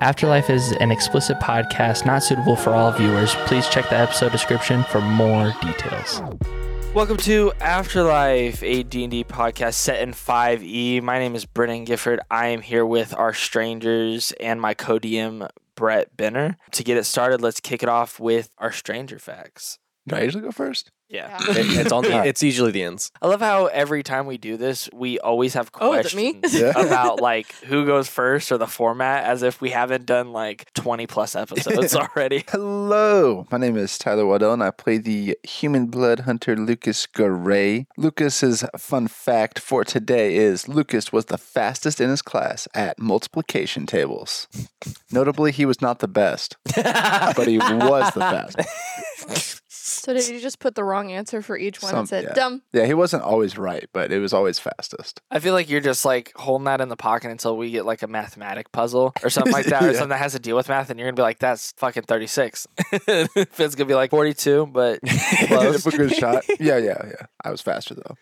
Afterlife is an explicit podcast not suitable for all viewers. Please check the episode description for more details. Welcome to Afterlife, a D&D podcast set in 5e. My name is Brennan Gifford. I am here with our strangers and my co-DM, Brett Benner. To get it started, let's kick it off with our stranger facts. Do I usually go first? Yeah. Yeah. It- it's on. The, it's usually the ends. I love how every time we do this, we always have Oh, is questions it me? Yeah. about like who goes first or the format as if we haven't done like 20 plus episodes already. Hello. My name is Tyler Waddell, and I play the human blood hunter Lucas Garay. Lucas's fun fact for today is Lucas was the fastest in his class at multiplication tables. Notably, he was not the best, but he was the fastest. So did you just put the wrong answer for each one and Some- said yeah. dumb? Yeah, he wasn't always right, but it was always fastest. I feel like you're just like holding that in the pocket until we get like a mathematic puzzle or something like that, or Yeah. something that has to deal with math, and you're gonna be like, "That's fucking 36." Finn's gonna be like 42, but close. Did a good shot. Yeah, yeah, yeah. I was faster though.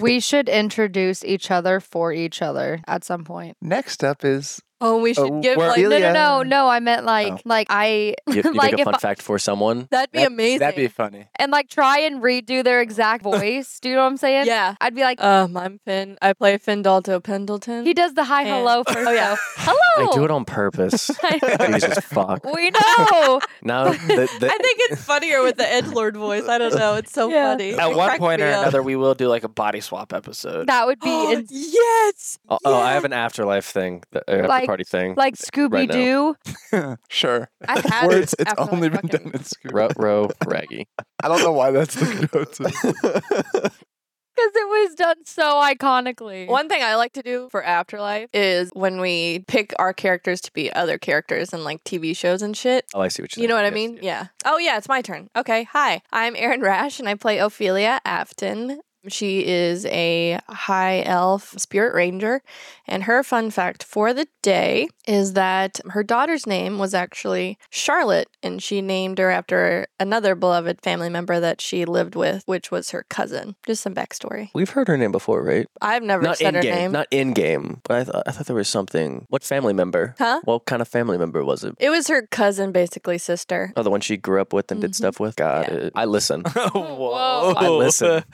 we should introduce each other for each other at some point. Next up is Oh, we should Oh, give we're- like No, no, Ilya. no, no. I meant like, Oh. like I, You, you Like make a if fun I- fact for someone. that'd be That- amazing. that'd be funny. and like try and redo their exact voice. Do you know what I'm saying? yeah. I'd be like, Um, I'm Finn. I play Finn Dalto Pendleton. he does the hi and- hello first. Oh, though. yeah. They hello. do it on purpose. Jesus fuck. we know. Now the, the, I think it's funnier with the edgelord voice. I don't know. It's so Yeah. funny. At It one cracked point me or up. Oh, another, we will do like a body swap episode. That would be in, yes. oh, oh, I yes. have an afterlife thing, the uh, after Like- party thing. like uh, Scooby Doo. sure. I had Words. It's after, like, only been fucking- done in school. Row, row, raggy. I don't know why that's the go-to. because it was done so iconically. One thing I like to do for Afterlife is when we pick our characters to be other characters in like TV shows and shit. Oh, I see what you. You know what I Yes, mean? yes. Yeah. Oh, yeah, it's my turn. Okay. Hi, I'm Erin Rash and I play Ophelia Afton. She is a high elf spirit ranger. And her fun fact for the day is that her daughter's name was actually Charlotte, and she named her after another beloved family member that she lived with, which was her cousin. Just some backstory. We've heard her name before, right? I've never Not said in her game. name. Not in game. But I thought I thought there was something. What family member? Huh? What kind of family member was it? It was her cousin, basically, sister. Oh, the one she grew up with and did Mhm. stuff with. Got Yeah. it. I listen. Whoa! I listen.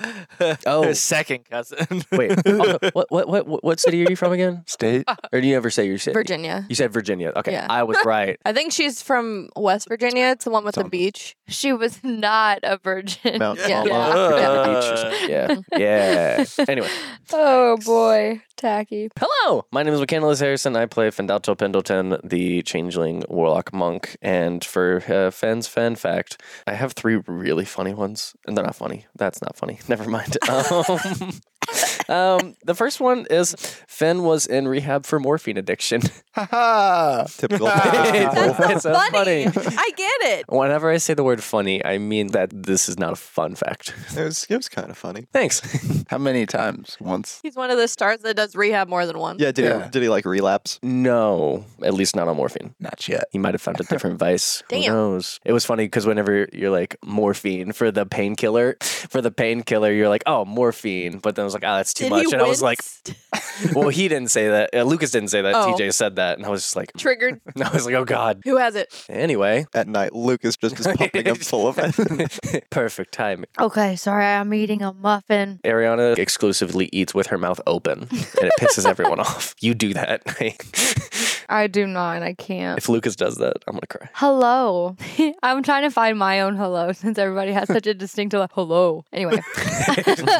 Oh. second cousin. Wait, also, what, what what what city are you from again? State. Or do you ever say your city? Virginia. You said Virginia. Okay, Yeah. I was right. I think she's from West Virginia. It's the one with the Something. beach. she was not a virgin. Mount Yeah. Mama, Virginia Beach or Uh. something. Yeah, yeah. Anyway, Oh boy, tacky. hello. My name is McCandless Harrison. I play Fendalto Pendleton, the changeling warlock monk. And for uh, Fen's fan fact, I have three really funny ones, and they're not funny. That's not funny. Never mind. Um, um, the first one is Fenn was in rehab for morphine addiction. Ha Typical. It's so funny. I get it. Whenever I say the word funny, I mean that this is not a fun fact. It was, it was kind of funny. Thanks. How many times? Once. He's one of the stars that does rehab more than one. Yeah, did Yeah. he did he like relapse? No, at least not on morphine. Not yet. He might have found a different vice. Who Damn. knows? It was funny because whenever you're like morphine for the painkiller, for the painkiller, you're like, oh, morphine. But then I was like, oh, that's too Did much. he And I was like, wince? well, he didn't say that. Uh, Lucas didn't say that. Oh. TJ said that. And I was just like, triggered. I was like, oh, God. Who has it? Anyway. At night, Lucas just is pumping him full of it. Perfect timing. Okay, sorry, I'm eating a muffin. Ariana exclusively eats with her mouth open and it pisses everyone off. You do that. I do not, and I can't. if Lucas does that, I'm going to cry. Hello. I'm trying to find my own hello since everybody has such a distinct hello. hello. Anyway,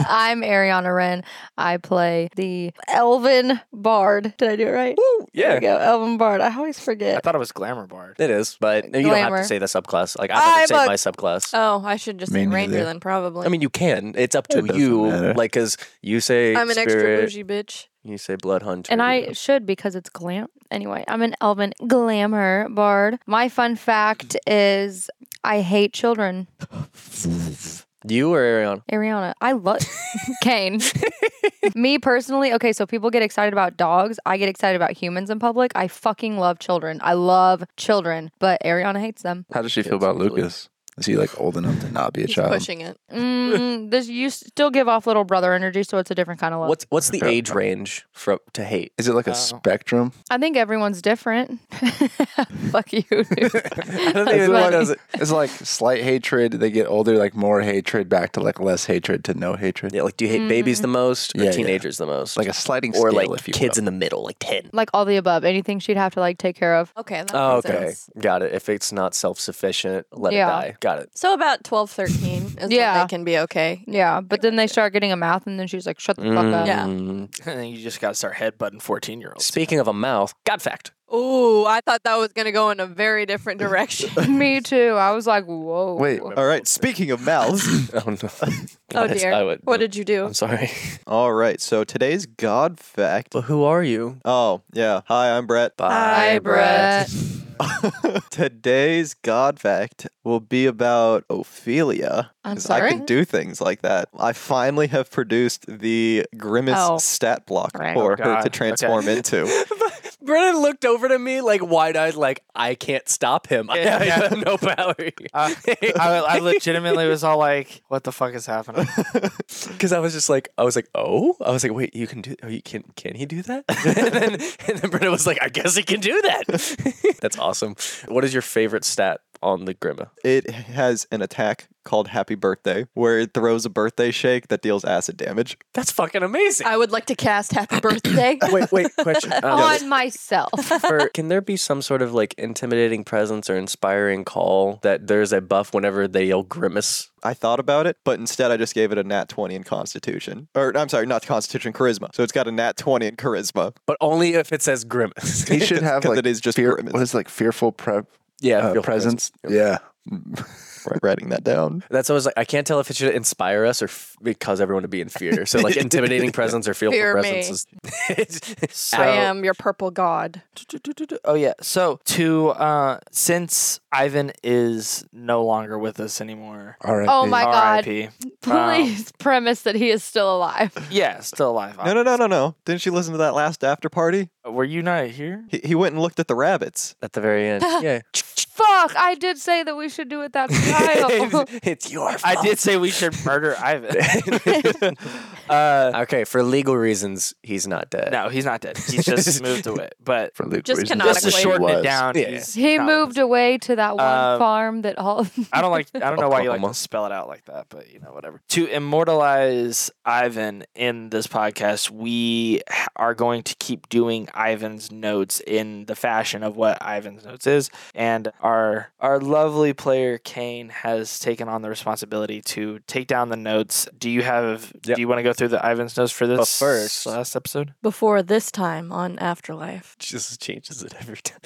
I'm Ariana Wren. I play the Elven Bard. Did I do it right? There we Yeah. go. Elven Bard. I always I forget. thought it was Glamour Bard. It is, but you don't have Glamour. to say the subclass. Like I never say I'm a- my subclass. Oh, I should just Me say neither. ranger then, probably. I mean, you can. It's up to It doesn't you, matter. like, cause you say I'm an spirit- extra bougie bitch. You say blood hunter. And you I should because it's glam. Anyway, I'm an elven glamour bard. My fun fact is I hate children. know. you or Ariana? Ariana, I love Kane. Me personally, okay, so people get excited about dogs. I get excited about humans in public. I fucking love children. I love children, but Ariana hates them. How does she feel Kids, about usually. Lucas? Is he like old enough to not be a He's child? pushing it. Mm, this you still give off little brother energy, so it's a different kind of love. What's what's the age range for to hate? Is it like a Oh. spectrum? I think everyone's different. Fuck you. dude. I don't That's even funny. want to. It's like slight hatred. They get older, like more hatred, back to like less hatred to no hatred. Yeah, like do you Mm-hmm. hate babies the most or Yeah, yeah. teenagers the most? Like a sliding or scale, like if you kids will. in the middle, like ten. like all the above. Anything she'd have to like take care of. Okay. That Oh, makes okay, sense. got it. If it's not self sufficient, let Yeah. it die. Got it. So about 12, 13 is when Yeah. they can be okay. Yeah, but then they start getting a mouth, and then she's like, "Shut the fuck up." Yeah. Mm. And then you just gotta start headbutting fourteen year olds. Speaking of a mouth, God fact. Ooh, I thought that was going to go in a very different direction. Me too. I was like, "Whoa." Wait, All right. Speaking of mouths. Oh no. oh What? dear. I would- what did you do? I'm sorry. All right. So today's God fact. But who are you? Oh, yeah. Hi, I'm Brett. Hi, Brett. Today's God fact will be about Ophelia. I'm 'cause I sorry? can do things like that. I finally have produced the Grimace Oh. stat block Right. for Oh, her God. to transform Okay. into. Brennan looked over to me like wide eyed, like I can't stop him. I, Yeah, yeah. have no power. Uh, I, I legitimately was all like, "What the fuck is happening?" Because I was just like, I was like, oh, I was like, wait, you can do? Oh, you can? Can he do that? and then, and then Brennan was like, I guess he can do that. That's awesome. What is your favorite stat on the Grima? It has an attack called Happy Birthday, where it throws a birthday shake that deals acid damage. That's fucking amazing. I would like to cast Happy Birthday. wait, wait, question. Um, on myself. for- can there be some sort of like intimidating presence or inspiring call that there's a buff whenever they yell grimace? I thought about it, but instead I just gave it a nat 20 in Constitution. Or, I'm sorry, not Constitution, Charisma. So it's got a nat 20 in Charisma. But only if it says grimace. He should have 'Cause like it is just fear, grimace. what is it, like fearful pre- yeah, uh, feel presence? Yeah. Writing that down. That's always like I can't tell if it should inspire us or f- cause everyone to be in fear. So like intimidating presence or fearful Fear me. presence is. So, I am your purple god. Oh yeah. So to uh, since Ivan is no longer with us anymore. All right. Oh my god! R.I.P. Please premise that he is still alive. Yeah, still alive. No, no, no, no, no. Didn't you listen to that last after party? Were you not here? He, he went and looked at the rabbits. at the very end. Yeah, Fuck! I did say that we should do it that style. it's your. Fault. I did say we should murder Ivan. uh, Okay, for legal reasons, he's not dead. no, he's not dead. He's just moved away. But For Luke Just reasons, just to Canonically. he shorten it was. down, Yeah. he's he not moved with us. away to that one Um, farm that all. I don't like. I don't know why you like Oklahoma. to spell it out like that, but you know, whatever. To immortalize Ivan in this podcast, we h- are going to keep doing Ivan's notes in the fashion of what Ivan's notes is, and our our lovely player Kane has taken on the responsibility to take down the notes. Do you have? Yep. Do you want to go through the Ivan's notes for this first- last episode? Before this time on Afterlife. just changes it every time.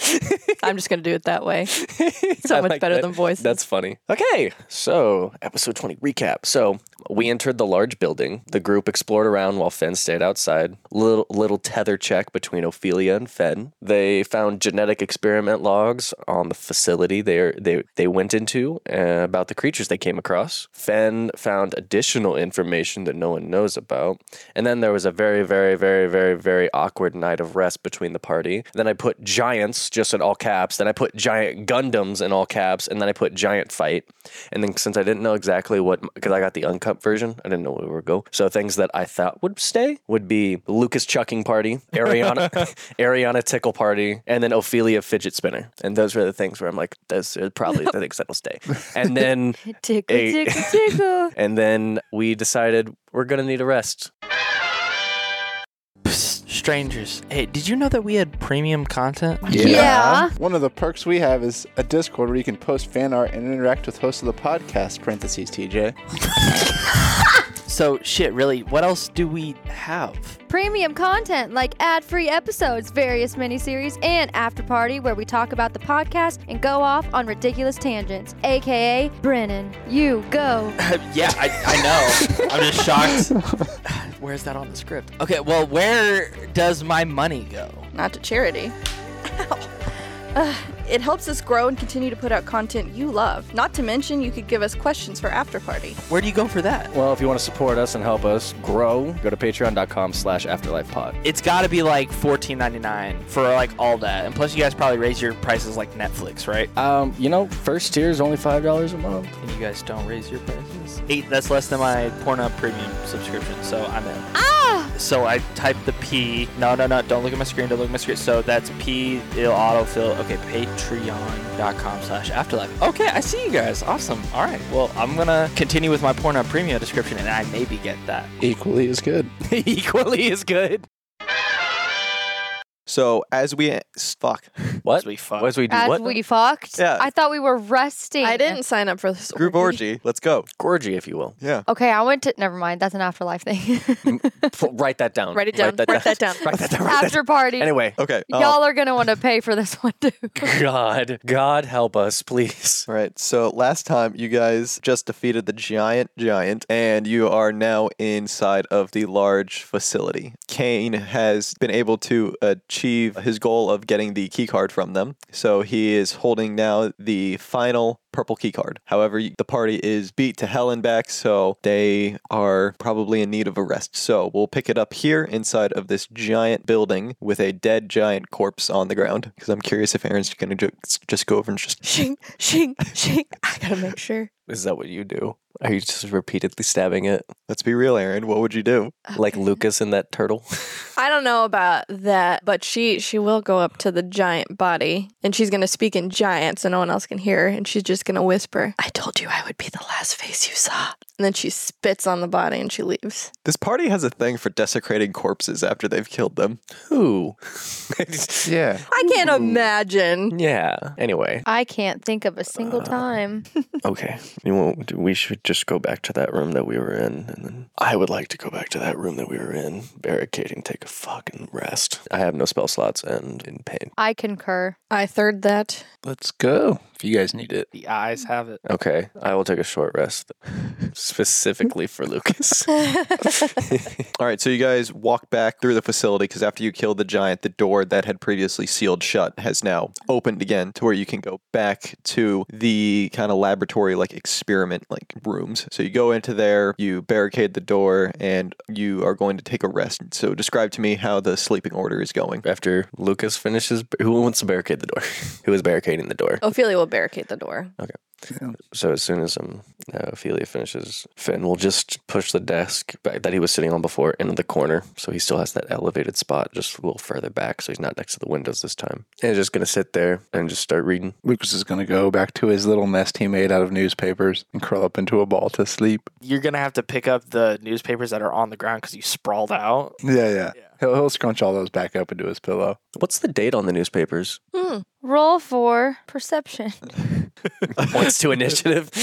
I'm just going to do it that way. I So much like better that. than voices. That's funny. Okay, so episode 20 recap. So we entered the large building. The group explored around while Fenn stayed outside. Little little tether check between Ophelia and Fenn. They found genetic experiment logs on the facility they they they went into uh, about the creatures they came across. Fenn found additional information that no one knows about. And then there was a very, very, very, very, very awkward night of rest between the party. Then I put giants just in all caps. Then I put giant Gundams in all caps. And then I put giant fight. And then since I didn't know exactly what, because I got the uncut version, I didn't know where we would go. So things that I thought would stay would be Lucas chucking party, Ariana, Ariana tickle party, and then Ophelia fidget spinner. And those were the things where I'm like, those are probably the things that'll stay. And then tickle, Hey. tickle, tickle. and then we decided we're gonna need a rest. Psst, strangers, hey, did you know that we had premium content? Yeah. One of the perks we have is a Discord where you can post fan art and interact with hosts of the podcast, parentheses, TJ. So shit, really, what else do we have? Premium content like ad free episodes, various miniseries, and after party where we talk about the podcast and go off on ridiculous tangents, aka Brennan. You go. yeah, I, I know. I'm just shocked. Where is that on the script? Okay, well, where does my money go? not to charity. Ow. Ugh. it helps us grow and continue to put out content you love. Not to mention, you could give us questions for after party. Where do you go for that? Well, if you want to support us and help us grow, go to patreon.com slash afterlifepod. It's got to be like fourteen ninety nine for like all that, and plus you guys probably raise your prices like Netflix, right? Um, you know, first tier is only $5 a month. And you guys don't raise your prices. Eight. That's less than my Pornhub premium subscription, so I'm in. Ah. So I type the P. No, no, no. Don't look at my screen. Don't look at my screen. So that's P. It'll autofill. Okay, Patreon.com/slash Afterlife. Okay, I see you guys. Awesome. All right. Well, I'm gonna continue with my Pornhub premium description, and I maybe get that. Equally as good. Equally as good. So as we fuck What? As we fuck. As we do As what? we fucked, Yeah. I thought we were resting. I didn't sign up for this group orgy, let's go. Gorgy, if you will. Yeah. Okay, I went to. Never mind. That's an afterlife thing. F- write that down. Write it down. Write that down. Write that down. Write that After party. down. Anyway. Okay. um, Y'all are gonna want to pay for this one too. God, God help us, please. All right. So last time you guys just defeated the giant giant, and you are now inside of the large facility. Kane has been able to achieve his goal of getting the key card from them. So he is holding now the final purple key card. However, y- the party is beat to hell and back, so they are probably in need of a rest. So we'll pick it up here inside of this giant building with a dead giant corpse on the ground. Because I'm curious if Aaron's going to just go over and just Shing, shing, shing. I gotta make sure. Is that what you do? Are you just repeatedly stabbing it Let's be real, Aaron. What would you do? like Lucas in that turtle? I don't know about that, but she she will go up to the giant body and she's gonna speak in giant so no one else can hear her, and she's just gonna whisper, I told you I would be the last face you saw. And then she spits on the body and she leaves. This party has a thing for desecrating corpses after they've killed them. Who? Yeah. I can't imagine. yeah. Anyway. I can't think of a single time. Okay. You won't, we should just go back to that room that we were in. And then I would like to go back to that room that we were in, barricading, take a fucking rest. I have no spell slots and in pain. I concur. I third that. Let's go. If you guys need it. The eyes have it. Okay. I will take a short rest specifically for Lucas. All right, so you guys walk back through the facility because after you kill the giant, the door that had previously sealed shut has now opened again to where you can go back to the kind of laboratory like experiment like rooms. So you go into there, you barricade the door, and you are going to take a rest. So describe to me how the sleeping order is going. After Lucas finishes, who wants to barricade the door? who is barricading the door? Ophelia will barricade the door. So as soon as um, uh, Ophelia finishes, Finn will just push the desk back that he was sitting on before into the corner, so he still has that elevated spot just a little further back, so he's not next to the windows this time. And he's just gonna sit there and just start reading. Lucas is going to go back to his little nest he made out of newspapers and curl up into a ball to sleep. You're gonna have to pick up the newspapers that are on the ground because you sprawled out. Yeah, yeah. Yeah. He'll, he'll scrunch all those back up into his pillow. What's the date on the newspapers? Hmm. Roll for perception. Points to initiative.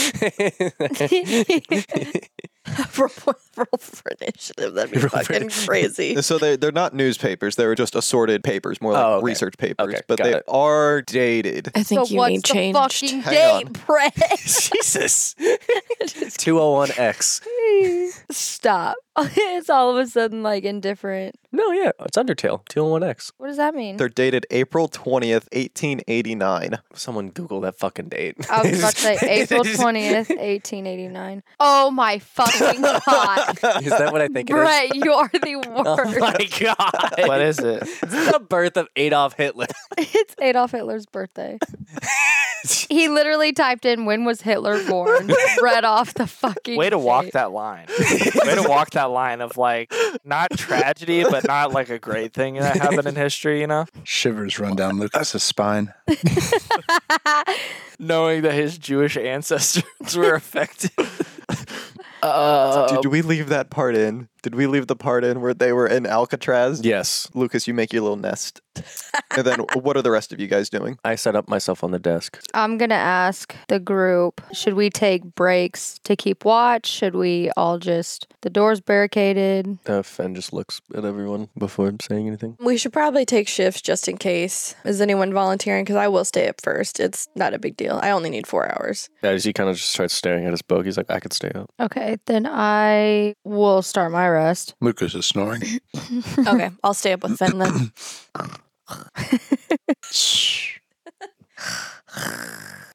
roll, roll for initiative. That'd be Roll for fucking initiative. crazy. So they they're not newspapers; they're just assorted papers, more like Oh, okay. research papers, Okay, but got they it. are dated. I think so you what's need the changed. fucking Hang on. date, Brett? Jesus. Two hundred one X. Stop. it's all of a sudden like indifferent. No, Oh, yeah, it's Undertale. Two hundred one X. What does that mean? They're dated April 20th, 1889. Someone Google that fucking date. I was about to say April 20th, 1889. Oh my fucking god. Is that what I think it is? Brett, you are the Oh worst. my god. What is it? It's the birth of Adolf Hitler. It's Adolf Hitler's birthday. he literally typed in when was Hitler born? Read off the fucking Way to walk date. that line. Way to walk that line of like not tragedy, but not like a great thing that happened in history, you know? Shivers run down Lucas's spine. Knowing that his Jewish ancestors were affected. Did we leave that part in? Did we leave the part in where they were in Alcatraz? Yes. Lucas, you make your little nest. and then what are the rest of you guys doing? I set up myself on the desk. I'm going to ask the group, should we take breaks to keep watch? Should we all just the doors barricaded? Uh, Fenn just looks at everyone before saying anything. We should probably take shifts just in case. Is anyone volunteering? Because I will stay up first. It's not a big deal. I only need four hours. As he kind of just starts staring at his book, he's like, I could stay up. Okay, then I will start my I rest. Lucas is snoring. Okay, I'll stay up with Finn then.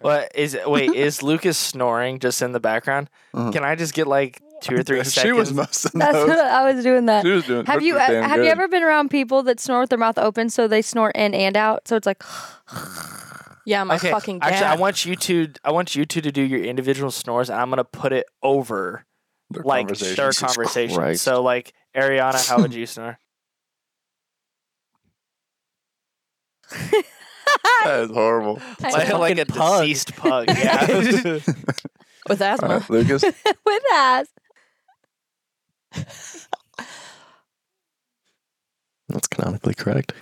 What is wait, is Lucas snoring just in the background? Mhm. Can I just get like two or three seconds? she was most of That's what those. I was doing that. She was doing Have pretty you e-, uh, damn have you good. ever been around people that snore with their mouth open so they snort in and out? So it's like Yeah, my fucking dad. Actually, I want you two. I want you two to do your individual snores, and I'm gonna put it over Their like conversation. their Jesus conversation. Christ. So, like Ariana, how would you snore? That is horrible. Like, like a deceased pug. Yeah. All with asthma. right, Lucas, with ass. That's canonically correct.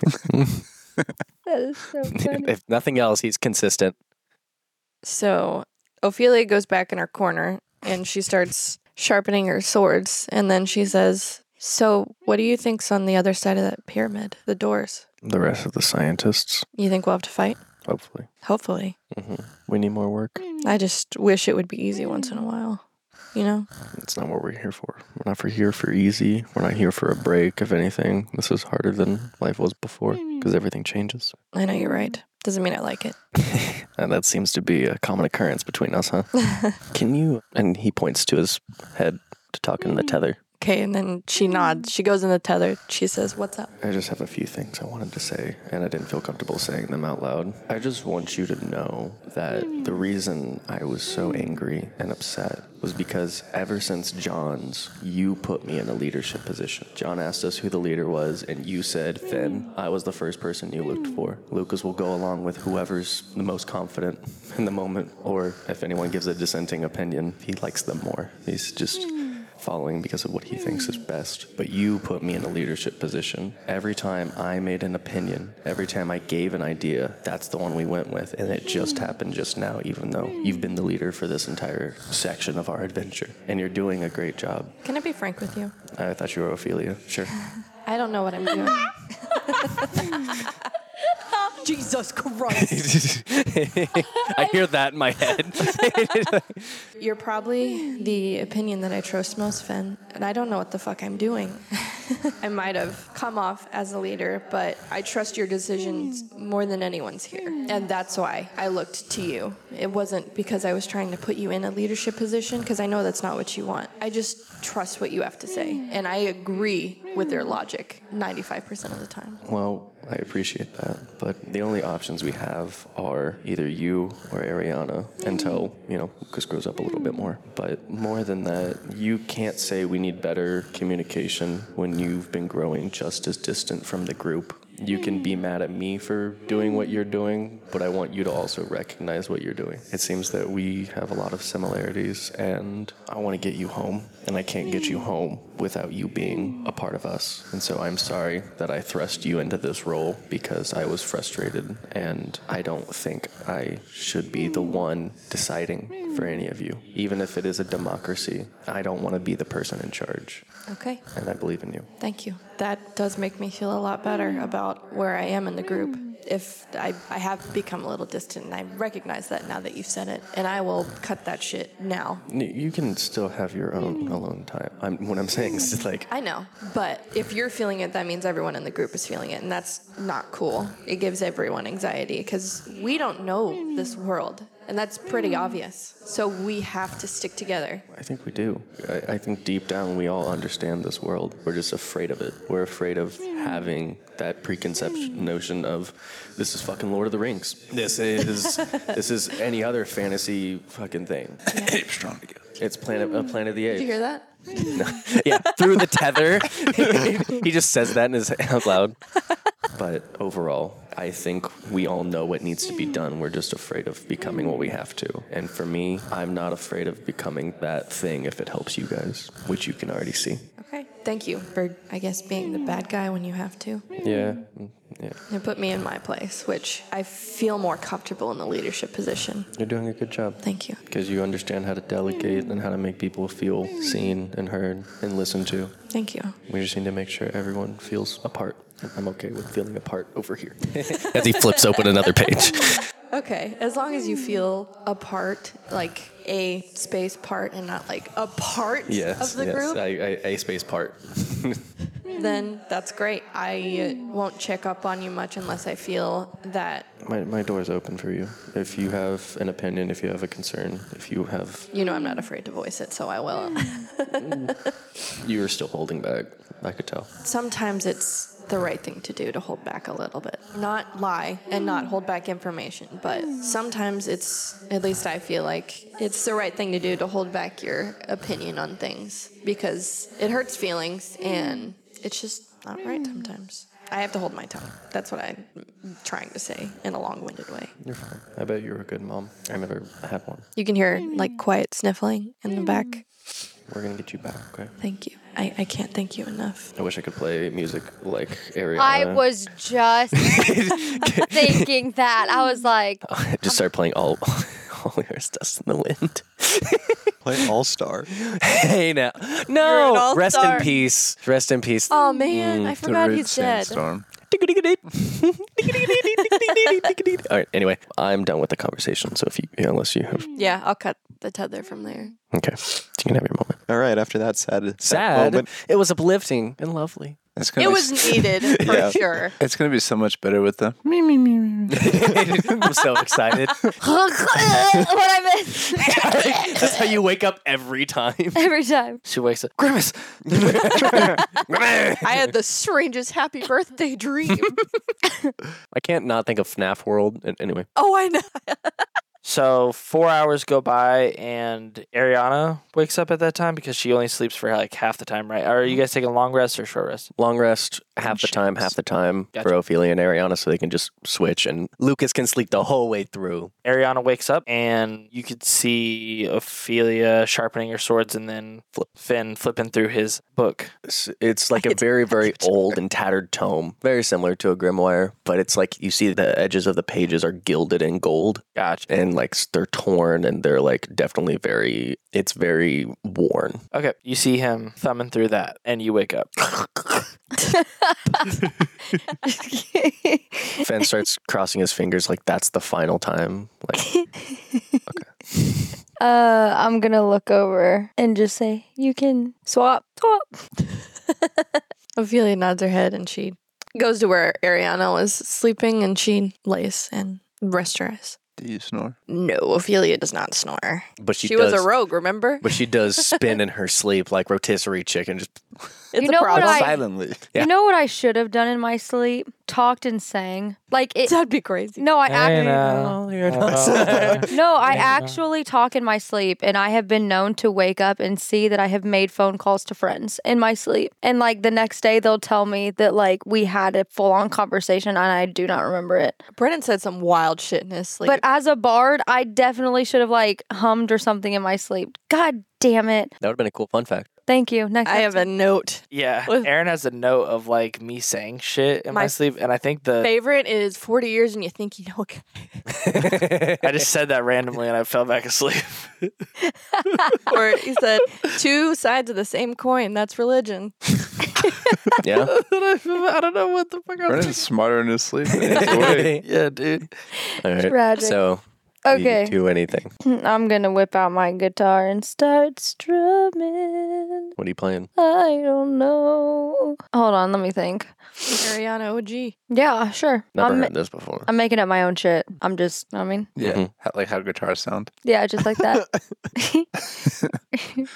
That is so funny. if nothing else, he's consistent. So Ophelia goes back in her corner and she starts sharpening her swords. And then she says, So, what do you think's on the other side of that pyramid? The doors. The rest of the scientists, You think we'll have to fight? hopefully. Hopefully. hmm We need more work. I just wish it would be easy once in a while. You know? That's not what we're here for. We're not for here for easy. We're not here for a break. If anything, this is harder than life was before because everything changes. I know you're right. Doesn't mean I like it. And that seems to be a common occurrence between us, huh? Can you? And he points to his head to talk in the tether. Okay, and then she nods. She goes in the tether. She says, What's up? I just have a few things I wanted to say, and I didn't feel comfortable saying them out loud. I just want you to know that the reason I was so angry and upset was because ever since John's, you put me in a leadership position. John asked us who the leader was, and you said, Finn, I was the first person you looked for. Lucas will go along with whoever's the most confident in the moment, or if anyone gives a dissenting opinion, he likes them more. He's just following because of what he thinks is best. But you put me in a leadership position. Every time I made an opinion, every time I gave an idea, that's the one we went with. And it just happened just now, even though you've been the leader for this entire section of our adventure. And you're doing a great job. Can I be frank with you? I thought you were Ophelia. Sure. I don't know what I'm doing. Jesus Christ. I hear that in my head. You're probably the opinion that I trust most, Finn, and I don't know what the fuck I'm doing. I might have come off as a leader, but I trust your decisions more than anyone's here. And that's why I looked to you. It wasn't because I was trying to put you in a leadership position, because I know that's not what you want. I just trust what you have to say, and I agree with their logic 95% of the time. Well, I appreciate that, but the only options we have are either you or Ariana until, you know, Lucas grows up a little bit more. But more than that, you can't say we need better communication when you've been growing just as distant from the group. You can be mad at me for doing what you're doing, but I want you to also recognize what you're doing. It seems that we have a lot of similarities, and I want to get you home, and I can't get you home without you being a part of us. And so I'm sorry that I thrust you into this role because I was frustrated, and I don't think I should be the one deciding for any of you. Even if it is a democracy, I don't want to be the person in charge, Okay. and I believe in you. Thank you. That does make me feel a lot better about where I am in the group. If I, I have become a little distant, and I recognize that now that you've said it, and I will cut that shit now. N- You can still have your own alone time. I'm, what I'm saying is just like, Mm. I know, but if you're feeling it, that means everyone in the group is feeling it, and that's not cool. It gives everyone anxiety because we don't know this world, and that's pretty obvious. So we have to stick together. I think we do. I, I think deep down we all understand this world. We're just afraid of it. We're afraid of Mm. having that preconception notion of this is fucking Lord of the Rings. This is this is any other fantasy fucking thing. It's Planet uh, Planet of the Apes. Did you hear that? yeah, through the tether. he just says that in his out loud. But overall, I think we all know what needs to be done. We're just afraid of becoming what we have to. And for me, I'm not afraid of becoming that thing if it helps you guys, which you can already see. Okay. Thank you for, I guess, being the bad guy when you have to. Yeah. Mm, Yeah. It put me in my place, which I feel more comfortable in the leadership position. You're doing a good job. Thank you. Because you understand how to delegate and how to make people feel seen and heard and listened to. Thank you. We just need to make sure everyone feels apart. I'm okay with feeling apart over here. As he flips open another page. Okay, as long as you feel a part, like a space part, and not like a part of the group, I, I, a space part. then that's great. I won't check up on you much unless I feel that My, my door's open for you. If you have an opinion, if you have a concern, if you have, you know I'm not afraid to voice it, so I will. you are still holding back. I could tell. Sometimes it's the right thing to do to hold back a little bit. Not lie and not hold back information, but sometimes it's, at least I feel like, it's the right thing to do to hold back your opinion on things because it hurts feelings and it's just not right sometimes. I have to hold my tongue. That's what I'm trying to say in a long winded way. You're fine. I bet you're a good mom. I never had one. You can hear like quiet sniffling in the back. We're gonna get you back, okay? Thank you. I, I can't thank you enough. I wish I could play music like Ariana. I was just thinking that. I was like, just start playing all, all yours dust in the wind. Play All Star. hey now, an no. all-star. Rest in peace. Rest in peace. Oh man, I forgot he's dead. Sandstorm. All right. Anyway, I'm done with the conversation. So if you, unless you have, Yeah, I'll cut the tether from there. okay, so you can have your moment. All right, after that sad, sad, Sad. moment, It was uplifting and lovely. It's gonna It be, was needed for Yeah. sure. It's gonna be so much better with them. I'm so excited. what I missed That's how you wake up every time. every time. She wakes up. Grimace. I had the strangest happy birthday dream. I can't not think of FNAF World. And anyway, oh, I know. So four hours go by, and Ariana wakes up at that time because she only sleeps for like half the time, right? Are you guys taking long rest or short rest? long rest half the time, half the time for Ophelia and Ariana, so they can just switch, and Lucas can sleep the whole way through. Ariana wakes up, and you could see Ophelia sharpening her swords, and then Finn flipping through his book. It's, it's like a very, very old and tattered tome, very similar to a grimoire, but it's like you see the edges of the pages are gilded in gold, Gotcha. and like s- they're torn, and they're like definitely very. It's very worn. Okay, you see him thumbing through that, and you wake up. Fenn starts crossing his fingers like that's the final time. Like Uh, I'm gonna look over and just say, "You can swap, swap." Ophelia nods her head and she goes to where Ariana was sleeping and she lays and rests her eyes. Do you snore? No, Ophelia does not snore. But she was does- a rogue, remember? But she does spin in her sleep like rotisserie chicken. Just It's You know a what problem. I- Silently. Yeah. You know what I should have done in my sleep? Talked and sang. Like it. That'd be crazy. No, I Hey, actually. now. Uh, No, I actually talk in my sleep, and I have been known to wake up and see that I have made phone calls to friends in my sleep. And like the next day, they'll tell me that like we had a full on conversation, and I do not remember it. Brennan said some wild shit in his sleep. But as a bard, I definitely should have like hummed or something in my sleep. God damn it! that would have been a cool fun fact. Thank you. Next, I have a episode. note. yeah, With- Aaron has a note of like me saying shit in my, My sleep, and I think the Favorite is 40 years and you think you know a guy. I just said that randomly, and I fell back asleep. Or he said, two sides of the same coin. That's religion. Yeah. I don't know what the fuck I Brennan's smarter in his sleep. Than he is awake. yeah, dude. All right. Tragic. So Okay. you do anything. I'm gonna whip out my guitar and start strumming. What are you playing? I don't know. Hold on, let me think. Ariana OG. Yeah, sure. Never I'm, heard this before. I'm making up my own shit. I'm just, I mean, Yeah, Mhm. how, like how guitars sound. yeah, just like that.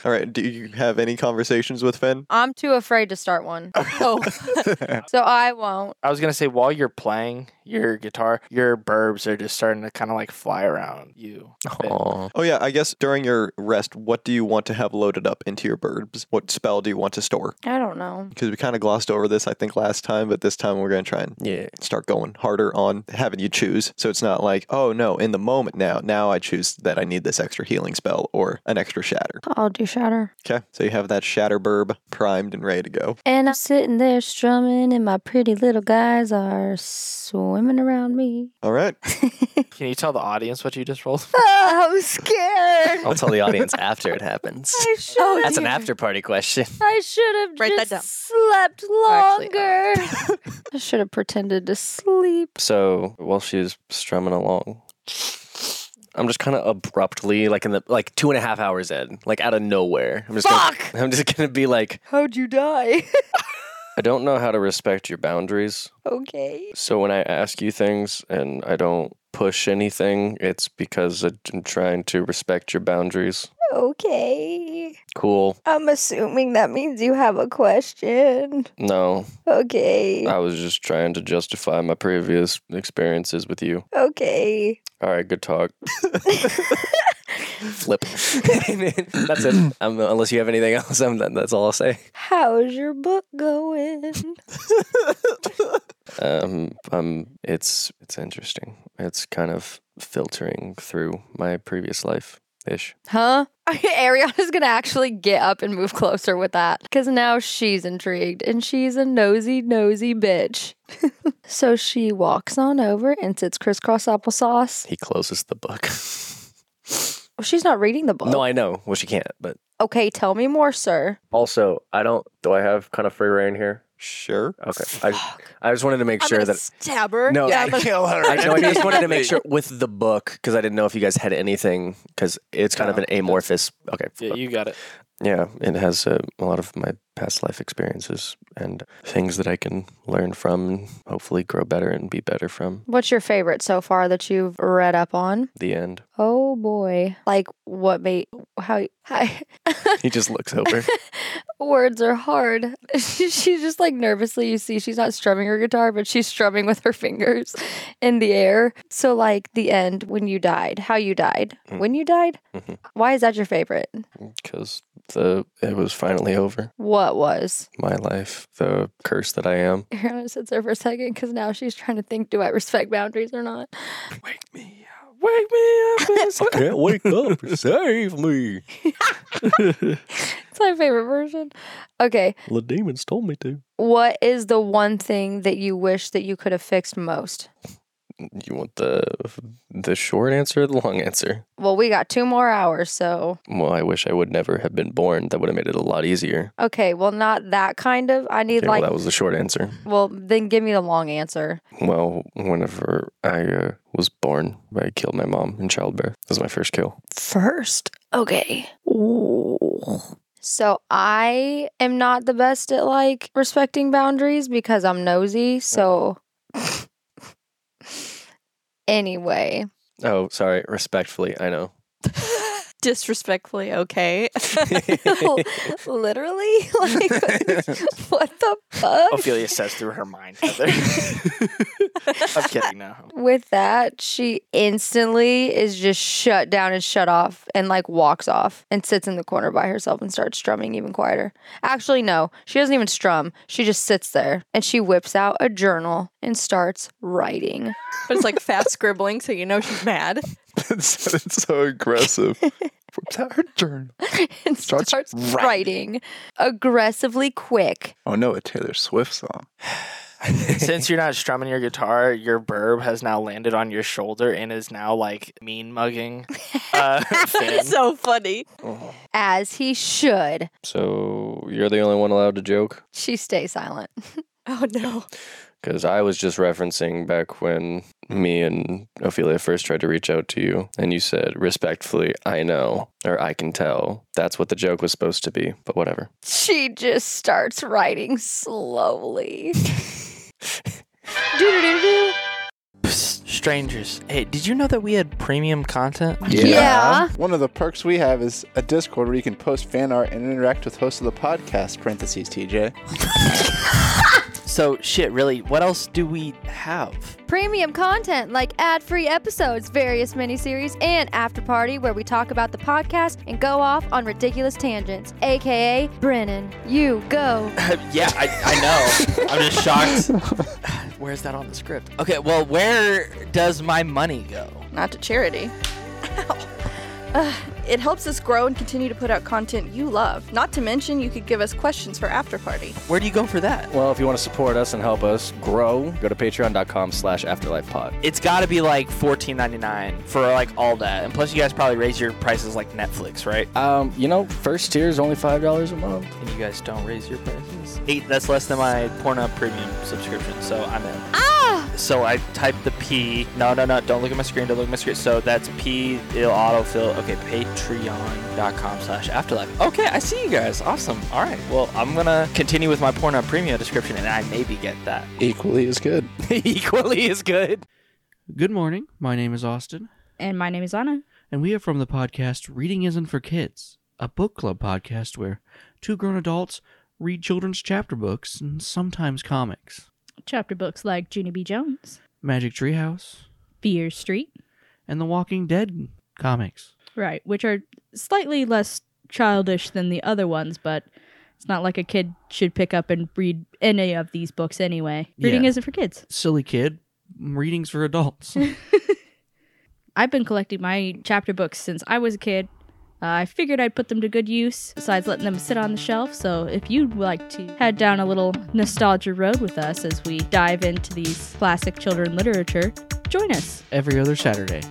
All right, do you have any conversations with Finn? I'm too afraid to start one. Oh, So I won't. I was gonna say while you're playing your guitar, your burbs are just starting to kind of like fly around you. Aw. Oh yeah, I guess during your rest, what do you want to have loaded up into your birds? What spell do you want to store? I don't know. Because we kind of glossed over this, I think, last time, but this time we're gonna try and Yeah. start going harder on having you choose. So it's not like, oh no, in the moment now, now I choose that I need this extra healing spell or an extra shatter. I'll do shatter. Okay, so you have that shatter burb primed and ready to go. And I'm sitting there strumming, and my pretty little guys are swimming around me. All right, Can you tell the audience what you just rolled? Oh, I'm scared. Oh, I'll tell the audience after it happens. I should. That's an after party question. I should have Write that just down. slept Actually, longer. I should have pretended to sleep. So while she's strumming along, I'm just kind of abruptly, like in the like two and a half hours in, like out of nowhere. I'm just Fuck! Gonna, I'm just gonna be like, How'd you die? I don't know how to respect your boundaries. okay. So when I ask you things and I don't push anything, it's because I'm trying to respect your boundaries. Okay. Cool. I'm assuming that means you have a question. No, Okay. I was just trying to justify my previous experiences with you. Okay. All right, good talk. Flip. that's it. I'm, unless you have anything else, I'm, that's all I'll say. How's your book going? Um, um, it's it's interesting. It's kind of filtering through my previous life ish. Huh? Ariana's gonna actually get up and move closer with that because now she's intrigued and she's a nosy, nosy bitch. so she walks on over and sits crisscross applesauce. He closes the book. Well, she's not reading the book. no, I know. Well, she can't. But okay, tell me more, sir. also, I don't. Do I have kind of free reign here? Sure. Okay. I I just wanted to make sure I'm gonna that stab her. No, yeah, I I'm gonna- Kill her. I know. I just wanted to make sure with the book because I didn't know if you guys had anything because it's kind of an amorphous. Okay. Yeah, you got it. Yeah, it has a, a lot of my past life experiences and things that I can learn from and hopefully grow better and be better from. What's your favorite so far that you've read up on? The end. Oh boy. Like what made how, how He just looks over. words are hard. she's just like nervously, you see, she's not strumming her guitar, but she's strumming with her fingers in the air. So, like, the end, when you died, how you died, Mm. when you died, Mhm. why is that your favorite? because the it was finally over. What was? My life, the curse that I am. Ariana sits there for a second because now she's trying to think do I respect boundaries or not? Wake me up. Wake me up. It's okay. Can't wake up, save me. It's my favorite version. Okay. The demons told me to. What is the one thing that you wish that you could have fixed most? You want the the short answer or the long answer? Well, we got two more hours, so Well, I wish I would never have been born. That would have made it a lot easier. okay. Well, not that kind of. I need Okay, like well, that was the short answer. Well, then give me the long answer. Well, whenever I uh, was born, I killed my mom in childbirth. That was my first kill. First. Okay. So I am not the best at like respecting boundaries because I'm nosy. So anyway, Oh, sorry. Respectfully, I know. disrespectfully okay. literally like what the fuck? Ophelia says through her mind, Heather. I'm kidding now. With that, she instantly is just shut down and shut off and like walks off and sits in the corner by herself and starts strumming even quieter. Actually, no, she doesn't even strum. She just sits there and she whips out a journal and starts writing. but it's like fast scribbling, so you know she's mad. That sounded so aggressive. Her turn. and starts, Starts writing aggressively quick. Oh no, a Taylor Swift song. Since you're not strumming your guitar, your burb has now landed on your shoulder and is now like mean mugging. Uh, Finn. It's so funny. As he should. So you're the only one allowed to joke? She stays silent. Oh no. Because I was just referencing back when me and Ophelia first tried to reach out to you, and you said, respectfully, I know, or I can tell. That's what the joke was supposed to be, but whatever. She just starts writing slowly. Doo-doo-doo-doo. Psst, strangers. Hey, did you know that we had premium content? Yeah. One of the perks we have is a Discord where you can post fan art and interact with hosts of the podcast, parentheses TJ. So, shit, really, what else do we have? Premium content like ad free episodes, various miniseries, and After Party, where we talk about the podcast and go off on ridiculous tangents. AKA Brennan, you go. yeah, I, I know. I'm just shocked. Where's that on the script? Okay, well, where does my money go? Not to charity. Ow. Uh, it helps us grow and continue to put out content you love. Not to mention, you could give us questions for after party. Where do you go for that? Well, if you want to support us and help us grow, go to patreon.com slash afterlifepod. It's got to be like $14.99 for like all that. And plus, you guys probably raise your prices like Netflix, right? Um, you know, first tier is only $5 a month. And you guys don't raise your prices? Eight. That's less than my Pornhub premium subscription, so I'm in. Ah! So I type the P. No, no, no. Don't look at my screen. Don't look at my screen. So that's P. It'll autofill. Okay, patreon.com slash afterlife. Okay, I see you guys. Awesome. All right. Well, I'm going to continue with my Pornhub Premium description and I maybe get that. Equally as good. Equally as good. Good morning. My name is Austin, And my name is Anna. and we are from the podcast Reading Isn't for Kids, a book club podcast where two grown adults read children's chapter books and sometimes comics. Chapter books like Junie B. Jones, Magic Treehouse, Fear Street, and The Walking Dead comics. right, which are slightly less childish than the other ones, but it's not like a kid should pick up and read any of these books anyway. Reading Yeah. isn't for kids. Silly kid, readings for adults. I've been collecting my chapter books since I was a kid. Uh, I figured I'd put them to good use, besides letting them sit on the shelf. So if you'd like to head down a little nostalgia road with us as we dive into these classic children literature, join us. Every other Saturday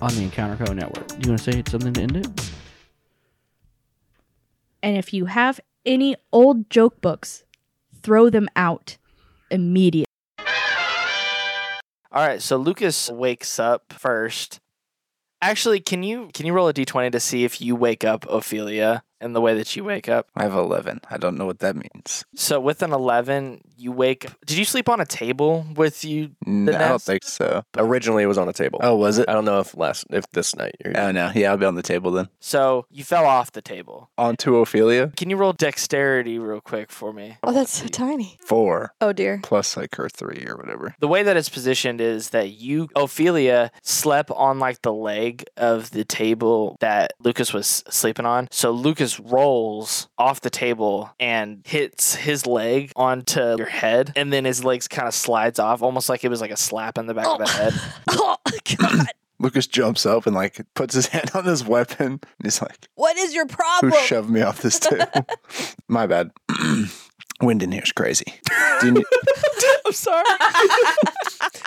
on the Encounter Co Network. You want to say something to end it? And if you have any old joke books, throw them out immediately. All right, so Lucas wakes up first. Actually, can you can you roll a d20 to see if you wake up Ophelia in the way that you wake up? I have 11. I don't know what that means. So with an 11, you wake Did you sleep on a table with you? No, I don't next- think so. Originally, it was on a table. Oh, was it? I don't know if last, if this night. You're, Oh, no. Yeah, I'll be on the table then. So you fell off the table. On to Ophelia. Can you roll dexterity real quick for me? Oh, that's so tiny. Four. Oh, dear. Plus, like, her three or whatever. The way that it's positioned is that you, Ophelia, slept on like the leg of the table that Lucas was sleeping on. So Lucas rolls off the table and hits his leg onto your head, and then his legs kind of slides off, almost like it was like a slap in the back of the head. Oh, God. Lucas jumps up and, like, puts his hand on his weapon. And he's like, what is your Who problem? shoved me off this table? My bad. Wind in here is crazy. Do you need- I'm sorry.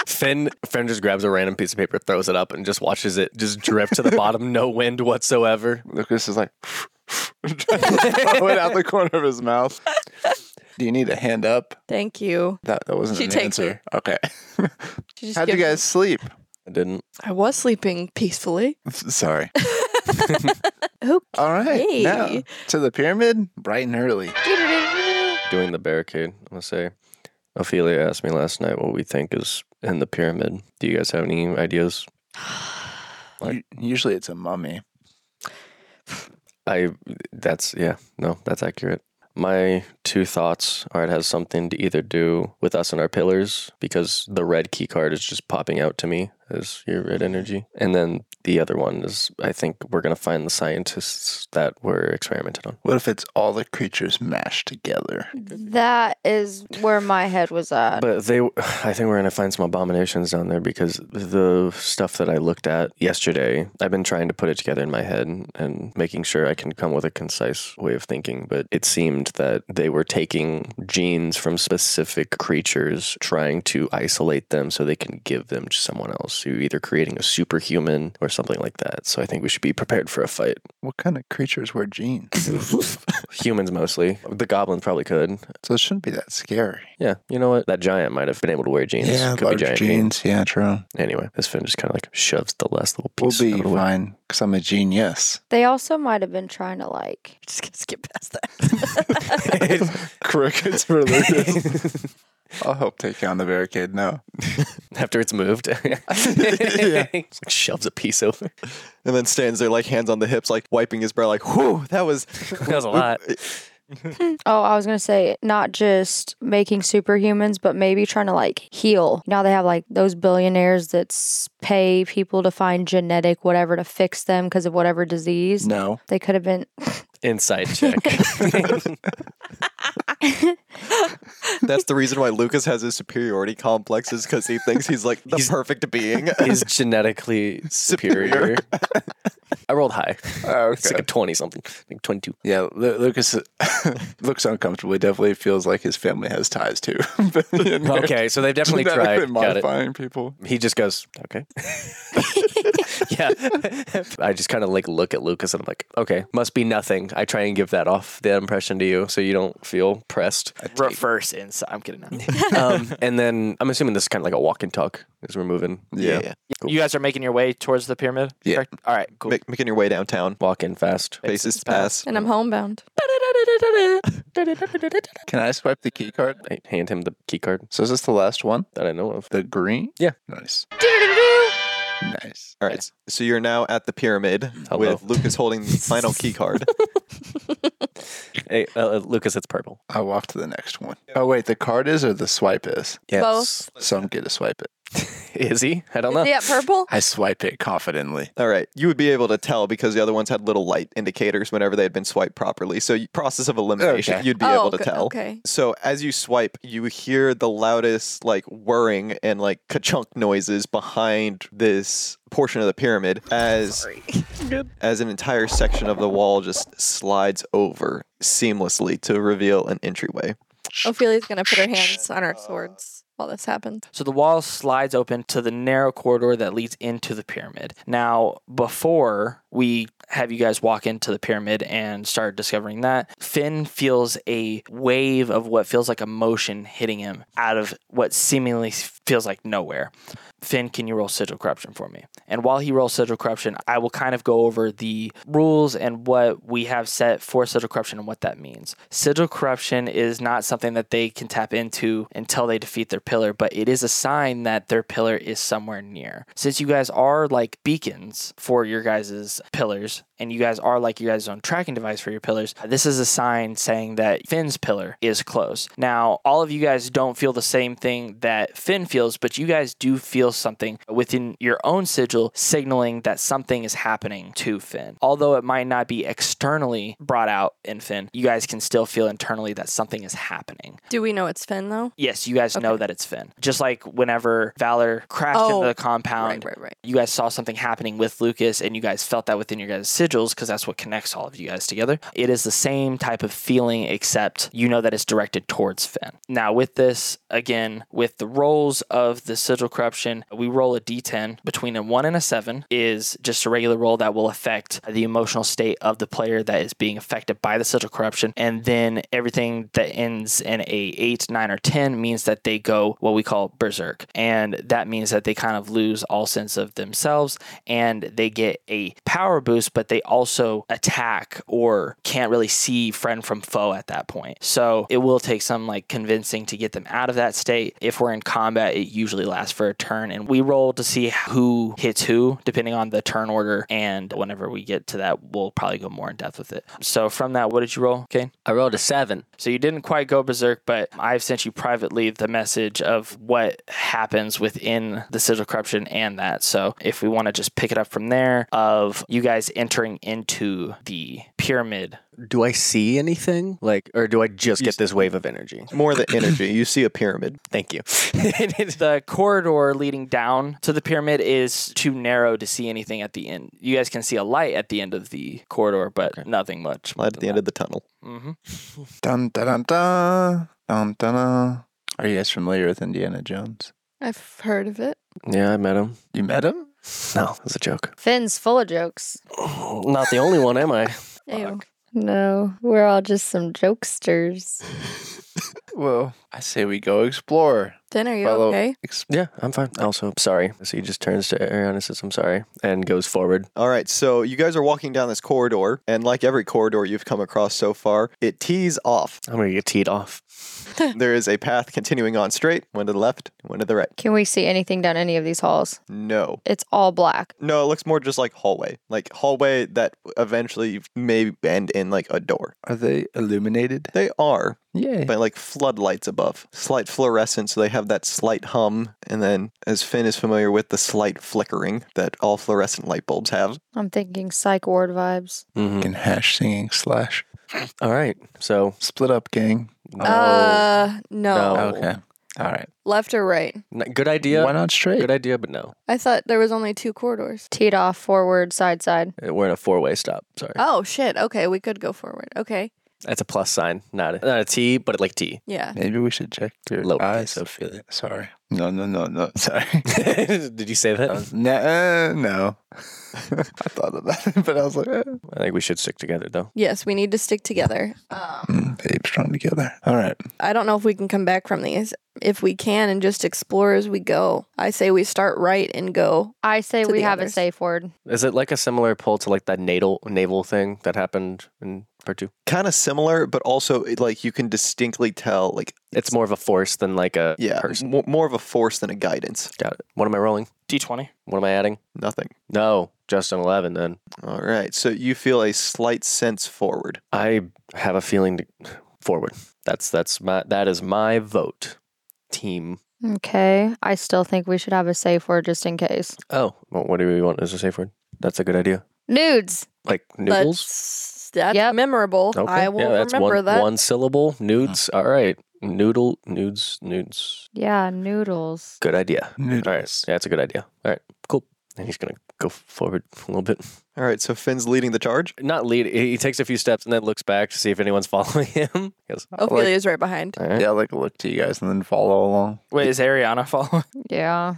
Finn, Finn just grabs a random piece of paper, throws it up, and just watches it just drift to the bottom. No wind whatsoever. Lucas is like, trying to throw it out the corner of his mouth. Do you need a hand up? Thank you. That, that wasn't She an takes answer. Okay. She just How'd you gives- guys sleep? I didn't. I was sleeping peacefully. Sorry. Okay. All right. Now Hey. to the pyramid, bright and early. Doing the barricade, I'm going to say. Ophelia asked me last night what we think is in the pyramid. Do you guys have any ideas? Like- U- Usually it's a mummy. I that's yeah, no, that's accurate. My two thoughts are it has something to either do with us and our pillars because the red key card is just popping out to me as your red energy. And then the other one is I think we're going to find the scientists that were experimented on. What if it's all the creatures mashed together? That is where my head was at. But they I think we're going to find some abominations down there because the stuff that I looked at yesterday, I've been trying to put it together in my head and making sure I can come with a concise way of thinking, but it seemed that they were taking genes from specific creatures trying to isolate them so they can give them to someone else who either creating a superhuman or something like that. So I think we should be prepared for a fight. What kind of creatures wear jeans? Humans mostly. The goblins probably could. So it shouldn't be that scary. Yeah, you know what? That giant might have been able to wear jeans. large jeans. Yeah, true. Anyway, this fin just kind of like shoves the last little We'll piece. be out of the way. fine because I'm a genius. They also might have been trying to like. Just gonna skip past that. Crickets for Lucas. I'll help take down the barricade now. After it's moved, Just, like, shoves a piece over. And then stands there like hands on the hips, like wiping his brow, like, whoo, that was That was a lot. Oh, I was gonna say not just making superhumans, but maybe trying to like heal. Now they have like those billionaires that s- pay people to find genetic whatever to fix them because of whatever disease. No. They could have been. Inside check. that's the reason why Lucas has his superiority complex is because he thinks he's like the perfect being. He's genetically superior. I rolled high. Oh, It's like a 20 something, like 22. Yeah, Lu- Lucas looks uncomfortable. He definitely feels like his family has ties too. Okay, so they've definitely tried. Got it. modifying people. He just goes, okay. yeah. I just kind of like look at Lucas and I'm like, okay, must be nothing. I try and give that off the impression to you so you don't feel pressed. Reverse inside. I'm kidding. Um, and then I'm assuming this is kind of like a walk and talk as we're moving. Yeah. You guys are making your way towards the pyramid. Yeah. correct? All right. Cool. Make, making your way downtown. Walk in fast. Faces pass. And I'm homebound. Can I swipe the key card? I hand him the key card So is this the last one? that I know of. The green? Yeah. Nice. Nice. All right. So you're now at the pyramid Hello. with Lucas holding the final key card. Hey, uh, uh, Lucas, it's purple. I walk to the next one. Oh wait, the card is or the swipe is? Both. Some get to swipe it. Is he? I don't know. Yeah, purple. I swipe it confidently. All right. You would be able to tell because the other ones had little light indicators whenever they had been swiped properly. So, you- process of elimination, Okay. you'd be Oh, able to okay- tell. okay. So, as you swipe, you hear the loudest, like, whirring and, like, ka-chunk noises behind this portion of the pyramid as as an entire section of the wall just slides over seamlessly to reveal an entryway. Ophelia's gonna put her hands on her swords while this happens. So the wall slides open to the narrow corridor that leads into the pyramid. Now, before we have you guys walk into the pyramid and start discovering that, Finn feels a wave of what feels like emotion hitting him out of what seemingly feels like nowhere. Finn, can you roll sigil corruption for me? And while he rolls sigil corruption, I will kind of go over the rules and what we have set for sigil corruption and what that means. Sigil corruption is not something that they can tap into until they defeat their pillar, but it is a sign that their pillar is somewhere near. Since you guys are like beacons for your guys' pillars, and you guys are like your guys' own tracking device for your pillars, this is a sign saying that Finn's pillar is close. Now, all of you guys don't feel the same thing that Finn feels, but you guys do feel something within your own sigil signaling that something is happening to Finn. Although it might not be externally brought out in Finn, you guys can still feel internally that something is happening. Do we know it's Finn though? Yes, you guys know that it's Finn. Just like whenever Valor crashed Oh, into the compound, Right, right, right. you guys saw something happening with Lucas and you guys felt that within your guys' sigils because that's what connects all of you guys together. It is the same type of feeling, except you know that it's directed towards Finn. Now, with this, again, with the rolls of the sigil corruption, we roll a d10 between a 1 and a 7 is just a regular roll that will affect the emotional state of the player that is being affected by the sigil corruption. And then everything that ends in a 8, 9, or 10 means that they go what we call berserk. And that means that they kind of lose all sense of themselves and they get a power boost, but they also attack or can't really see friend from foe at that point. So it will take some like convincing to get them out of that state. If we're in combat, it usually lasts for a turn and we roll to see who hits who depending on the turn order. And whenever we get to that, we'll probably go more in depth with it. So from that, what did you roll, Kane? I rolled a seven. So you didn't quite go berserk, but I've sent you privately the message of what happens within the sigil corruption and that. So if we want to just pick it up from there, of you guys entering into the pyramid. Do I see anything? Like, or do I just get this wave of energy? More the energy. You see a pyramid. Thank you. The corridor leading down to the pyramid is too narrow to see anything at the end. You guys can see a light at the end of the corridor, but nothing much. Light at the end of the tunnel. hmm Mm-hmm. Dun dun dun dun dun dun. dun. Are you guys familiar with Indiana Jones? I've heard of it. yeah, I met him. You met him? No, it's a joke. Finn's full of jokes. Not the only one, am I? Ew. No, we're all just some jokesters. Well, I say we go explore. Finn, are you Follow- okay? Ex- Yeah, I'm fine. Also, sorry. So he just turns to Ariana says, I'm sorry, and goes forward. All right, so you guys are walking down this corridor, and like every corridor you've come across so far, it tees off. I'm going to get teed off. there is a path continuing on straight, one to the left, one to the right. Can we see anything down any of these halls? No. It's all black. No, it looks more just like hallway. Like hallway that eventually may end in like a door. Are they illuminated? They are, Yay. but like floodlights above. Slight fluorescence, so they have that slight hum, and then as Finn is familiar with the slight flickering that all fluorescent light bulbs have. I'm thinking psych ward vibes. Fucking hash singing slash. Mm-hmm. All right. So, Split up, gang. no. Uh, no. No. Okay. All right. Left or right? N- Good idea. Why not straight? Good idea, but no. I thought there was only two corridors. Teed off, forward, side, side. Uh, We're in a four way stop. Sorry. Oh shit. Okay, we could go forward. Okay. That's a plus sign, not a, not a T, but like T. Yeah. Maybe we should check your Lowercase eyes. Ophelia. Sorry. No, no, no, no. Sorry. Did you say that? no, uh, no. I thought of that, but I was like, eh. I think we should stick together, though. Yes, we need to stick together. Um, Mm, babe, strong together. All right. I don't know if we can come back from these. If we can and just explore as we go. I say we start right and go. I say To we the have a others. safe word. Is it like a similar pull to like that natal naval thing that happened in part two? Kind of similar, but also it, like you can distinctly tell like It's more of a force than like a yeah, person. mo- more of a force than a guidance. Got it. What am I rolling? D20. What am I adding? Nothing. No, just an eleven. Then All right. So you feel a slight sense forward. I have a feeling to forward. That's that's my that is my vote. Team. Okay. I still think we should have a safe word just in case. Oh, well, what do we want as a safe word? That's a good idea. Nudes. Like noodles. That's, that's Yep. memorable. Okay. I will yeah, that's remember one, that. One syllable. Nudes. All right. Noodle. Nudes. Nudes. Yeah, noodles. Good idea. All right. Noodles. Yeah, that's a good idea. All right. Cool. And he's gonna go forward a little bit. All right. So Finn's leading the charge. Not lead. He takes a few steps and then looks back to see if anyone's following him. He goes, Oh, "All right." Ophelia's right behind. All right. Yeah, like look to you guys and then follow along. Wait, is Ariana following? Yeah.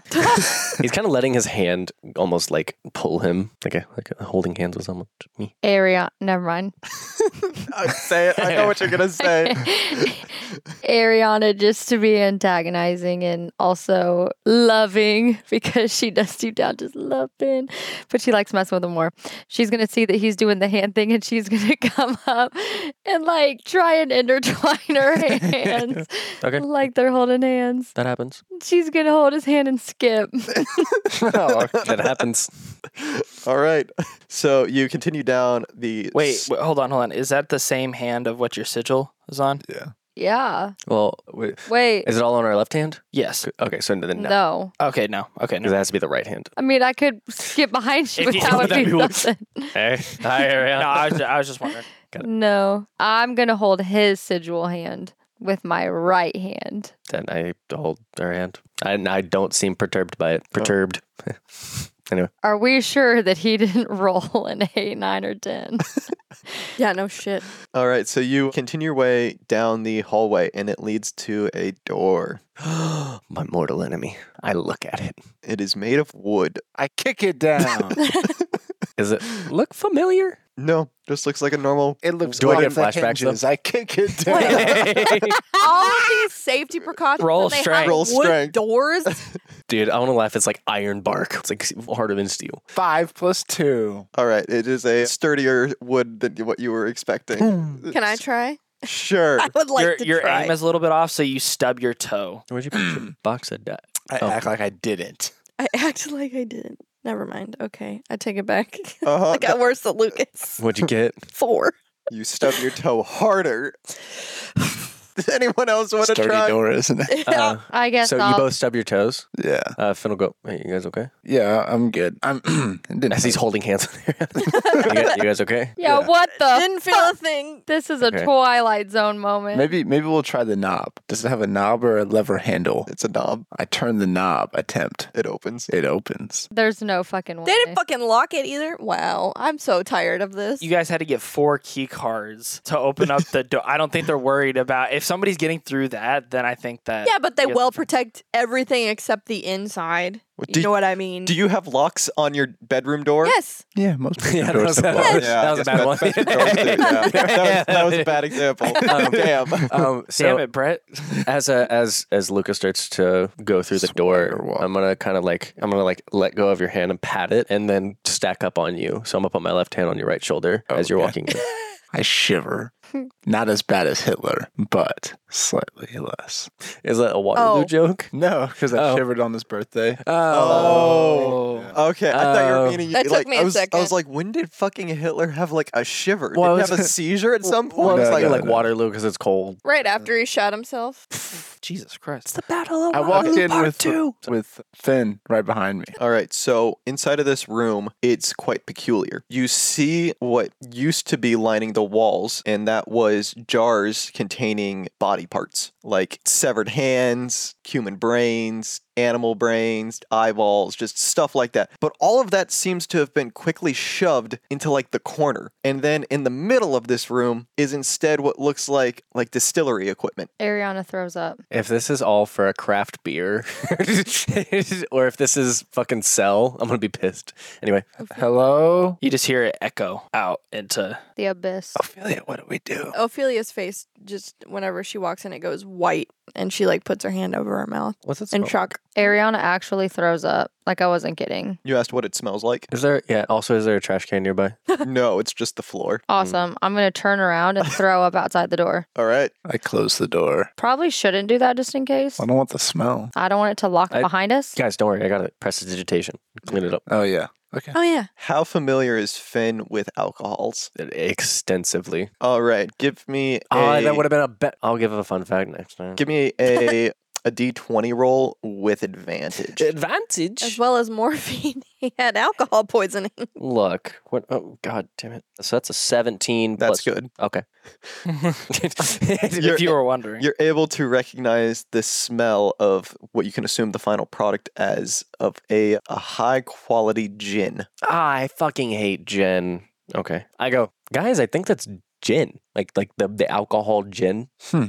He's kind of letting his hand almost like pull him, like a, like a holding hands with someone. Me. Area. Never mind. say it. I know what you're gonna say. Ariana just to be antagonizing and also loving because she does deep down just love Ben, but she likes messing with him more. She's gonna see that he's doing the hand thing and she's gonna come up and like try and intertwine her hands Okay. like they're holding hands. That happens. She's gonna hold his hand and skip. oh, that happens. All right. So you continue down the Wait, wait, hold on, hold on. Is that the same hand of what your sigil is on? yeah. Well, wait, Wait. is it all on our left hand? Yes. Okay, so then no. No. Okay, no. Okay, Because no. it has to be the right hand. I mean, I could skip behind you, If but you- that would that'd be be worse. something. Hey, hi, No, Ariana. I was, ju- I was just wondering. No, I'm gonna hold his sigil hand with my right hand. then I hold her hand. I, I don't seem perturbed by it. Perturbed. anyway, Are we sure that he didn't roll an eight, nine, or ten? Yeah, no shit. All right, so you continue your way down the hallway and it leads to a door. my mortal enemy. I look at it. It is made of wood. I kick it down. Is it look familiar? No, just looks like a normal. it looks Do I off get the flashbacks, though? hinges. I kick it down. All of these safety precautions. Roll and they have strength. Roll wood strength. Doors. Dude, I want to laugh. It's like iron bark. It's like harder than steel. Five plus two. All right, it is a sturdier wood than what you were expecting. Can I try? Sure. I would like your to your try. aim is a little bit off, so you stub your toe. Where'd you put your box of dot? I Oh. act like I didn't. I acted like I didn't. Never mind. Okay, I take it back. Uh-huh. I got worse than Lucas. What'd you get? Four. You stub your toe harder. Does anyone else want to Sturdy try? door, isn't it? Uh, I guess so you I'll- both stub your toes. Yeah. Uh, Finn will go. Hey, you guys okay? Yeah, I'm good. I'm. didn't As he's holding hands with her. you, guys, you guys okay? yeah, What the? Didn't feel a thing. This is a Okay. Twilight Zone moment. Maybe maybe we'll try the knob. Does it have a knob or a lever handle? It's a knob. I turn the knob. Attempt. It opens. It opens. There's no fucking way. They didn't fucking lock it either. Wow, I'm so tired of this. You guys had to get four key cards to open up the door. I don't think they're worried about if somebody's getting through that. Then I think that yeah, but they Yes. will protect everything except the inside. What, You do, know what I mean? do you have locks on your bedroom door? yes. Yeah, most people Yeah, that was, that was- that was a bad one. yeah. that, was, that was a bad example. Damn. Um, damn so it, Brett. as a, as as Lucas starts to go through the Swagger door, walk. I'm gonna kind of like I'm gonna like let go of your hand and pat it, and then stack up on you. So I'm gonna put my left hand on your right shoulder as you're Okay. walking. in. I shiver. Not as bad as Hitler, but slightly less. Is that a Waterloo Oh. joke? No, because I Oh. shivered on his birthday. Oh. Okay, I thought you were Oh. meaning That took like me I a was I was second. like, when did fucking Hitler have like a shiver? Well, did I he have a was- seizure at some Well, point? it's no, like, no, like no. Waterloo because it's cold. Right after he shot himself. Jesus Christ. the Battle of I walked Waterloo in Part with Two. with Finn right behind me. All right, so inside of this room, it's quite peculiar. You see what used to be lining the walls, and that was jars containing body parts like severed hands, human brains, animal brains, eyeballs, just stuff like that. But all of that seems to have been quickly shoved into like the corner. And then in the middle of this room is instead what looks like like distillery equipment. Ariana throws up. If this is all for a craft beer, or if this is fucking sell, I'm gonna be pissed. Anyway, Hello. You just hear it echo out into The abyss. Ophelia, what do we do? Ophelia's face just whenever she walks in, it goes white, and she like puts her hand over her mouth what's it? in smell? shock. Ariana actually throws up. Like I wasn't Mm. kidding. You asked what it smells like? Is there? Yeah. Also, is there a trash can nearby? no, it's just the floor. Awesome. I'm gonna turn around and throw up outside the door. All right. I closed the door. Probably shouldn't do that just in case. I don't want the smell. I don't want it to lock I- behind us. Guys, don't worry. I got it. Press digitation. Clean it up Oh yeah. Okay. Oh yeah, How familiar is Finn with alcohols? extensively. All right, give me a, Ah, that would have been a bet. I'll give a fun fact next time. give me a a d twenty roll with advantage. advantage. as well as morphine, he had alcohol poisoning. Look. What? Oh, god damn it. So that's a 17. That's plus- good. Okay. if you were wondering. You're able to recognize the smell of what you can assume the final product as of a, a high quality gin. I fucking hate gin. Okay. I go, guys, I think that's gin. Like like the, the alcohol gin. Hmm.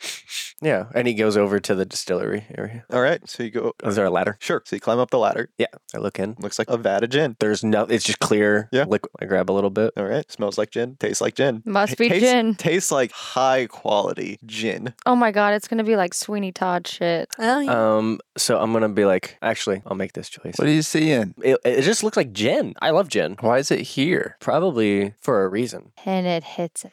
Yeah. And he goes over to the distillery area. All right, so you go. Is there a ladder? Sure. So you climb up the ladder. I look in. Looks like a vat of gin. There's no it's just clear Yeah. liquid. I grab a little bit. All right. Smells like gin. Tastes like gin. Must be Tastes- gin. Tastes like high quality gin. Oh my god, it's gonna be like Sweeney Todd shit. Oh yeah. Um so I'm gonna be like, actually, I'll make this choice. What are you seeing? It, it just looks like gin. I love gin. Why is it here? Probably for a reason. And it hits it.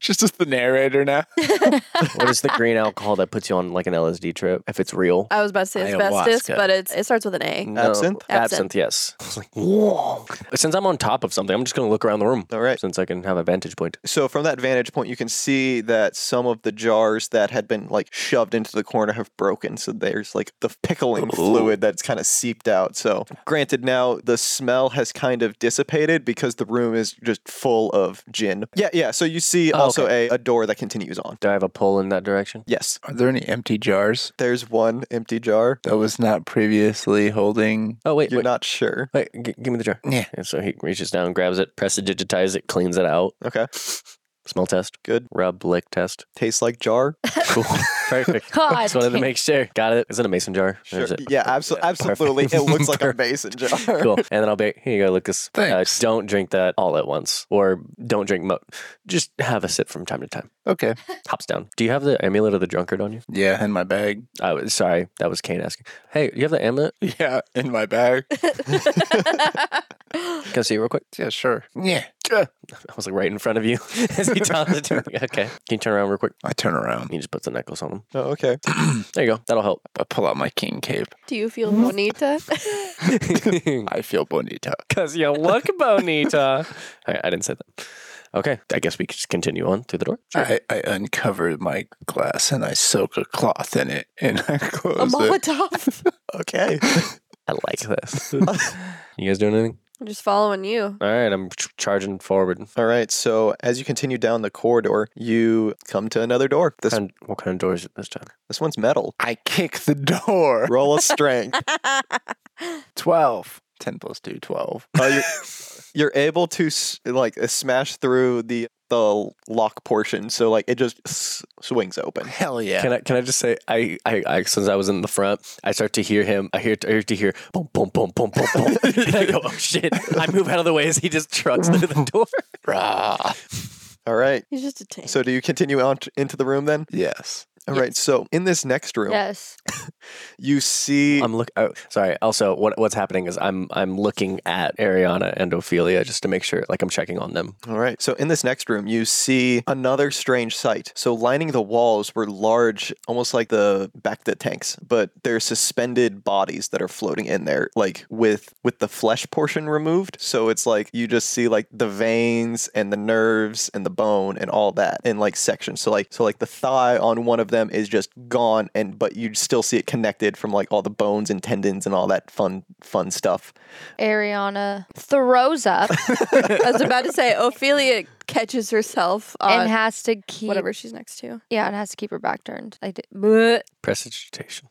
Just as the narrator now. What is the green alcohol that puts you on like an LSD trip if it's real? I was about to say asbestos, but it's it starts with an A. Absinthe? Absinthe, yes. I was like, whoa. Since I'm on top of something, I'm just going to look around the room. All right. Since I can have a vantage point. So from that vantage point, you can see that some of the jars that had been like shoved into the corner have broken. So there's like the pickling fluid that's kind of seeped out. So granted, now the smell has kind of dissipated because the room is just full of gin. Yeah, yeah. So you see Oh, also a, a door that continues on. Do I have a pull in that direction? Yes, Are there any empty jars there's one empty jar. that was not previously holding? Oh, wait. You're Wait, not sure. wait g- give me the jar. Yeah. And so he reaches down, grabs it, press it, digitize it, cleans it out. Okay, Smell test. good. Rub, lick test. Tastes like jar. Cool. Perfect. God. Just wanted to damn. make sure. Got it. Is it a mason jar? Sure. There's it. Yeah, abso- perfect. absolutely. It looks like a Perfect. mason jar. cool. And then I'll be here. You go, Lucas. Uh, Thanks. don't drink that all at once, or don't drink. Mo- just have a sip from time to time. Okay. Hops down. Do you have the amulet of the drunkard on you? Yeah, in my bag. I was sorry, that was Kane asking. Hey, you have the amulet? Yeah, in my bag. Can I see it real quick? yeah, sure. Yeah. I was like right in front of you as he tossed it to me. Okay, can you turn around real quick? I turn around. He just puts the necklace on him. Oh, okay. There you go. That'll help. I pull out my king cape. Do you feel bonita? Cause I feel bonita. you look bonita. All right, I didn't say that. Okay, I guess we could just continue on through the door. I, I uncover my glass and I soak a cloth in it and I a close it. Molotov. Okay. I like this. you guys doing anything? I'm just following you. All right, I'm ch- charging forward. All right, so as you continue down the corridor, you come to another door. This Kind- what kind of door is it this time? this one's metal. I kick the door. Roll a strength. 12. 10 plus 2, 12. Uh, you're, you're able to s- like uh, smash through the the lock portion, so like it just s- swings open. Hell yeah. Can I can I just say I, I I since I was in the front, I start to hear him. I hear I hear to hear boom boom boom boom boom boom. and I go oh shit! I move out of the way as he just trucks through the door. All right. He's just a tank. So do you continue on t- into the room then? yes. All right. So in this next room, Yes. you see I'm look. Oh, sorry. Also, what what's happening is I'm I'm looking at Ariana and Ophelia just to make sure, like I'm checking on them. All right. So in this next room, you see another strange sight. So lining the walls were large, almost like the back of the tanks, but they're suspended bodies that are floating in there, like with with the flesh portion removed. So it's like you just see like the veins and the nerves and the bone and all that in like sections. So like so like the thigh on one of them is just gone, and but you still see it connected from like all the bones and tendons and all that fun fun stuff. Ariana throws up I was about to say Ophelia catches herself on and has to keep whatever she's next to. Yeah, and has to keep her back turned. Like, bleh. Prestidigitation.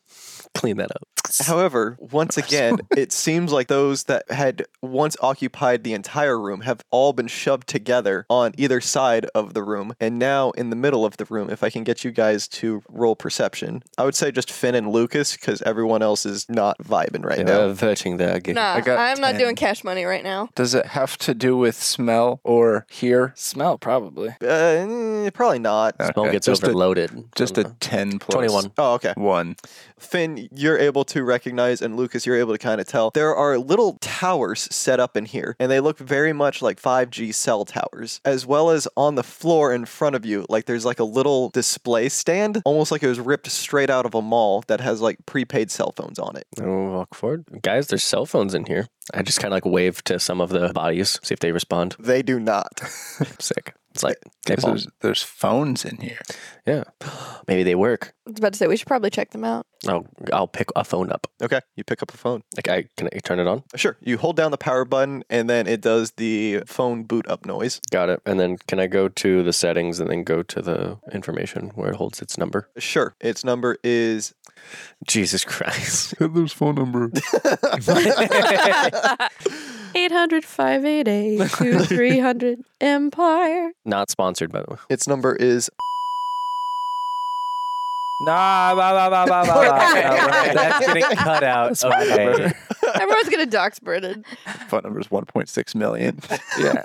Clean that up. However, once again, it seems like those that had once occupied the entire room have all been shoved together on either side of the room, and now in the middle of the room. If I can get you guys to roll perception, I would say just Finn and Lucas because everyone else is not vibing right now. Uh, Virging there. again. Nah, got I'm not 10. doing cash money right now. Does it have to do with smell or hear? Smell probably. Uh, eh, probably not. Smell Okay, gets just a- overloaded. Just a 10 plus. 21. Oh, okay. One. Finn, you're able to recognize, and Lucas, you're able to kind of tell. There are little towers set up in here, and they look very much like 5G cell towers, as well as on the floor in front of you. Like there's like a little display stand, almost like it was ripped straight out of a mall that has like prepaid cell phones on it. Oh, walk forward, guys. There's cell phones in here. I just kind of like wave to some of the bodies, see if they respond. They do not. Sick. It's like hey, Paul. There's, there's phones in here. yeah. Maybe they work. I was about to say we should probably check them out. I'll I'll pick a phone up. okay, you pick up a phone. Like I can I turn it on. Sure, you hold down the power button, and then it does the phone boot up noise. Got it. And then can I go to the settings and then go to the information where it holds its number? Sure, its number is. Jesus Christ. Hitler's phone number. 800 588 2300 Empire. Not sponsored, by the way. Its number is Nah, bah, bah, bah, bah, bah, bah. uh, That's getting cut out. Okay. Everyone's going to dox Brennan. phone number is 1.6 million. yeah.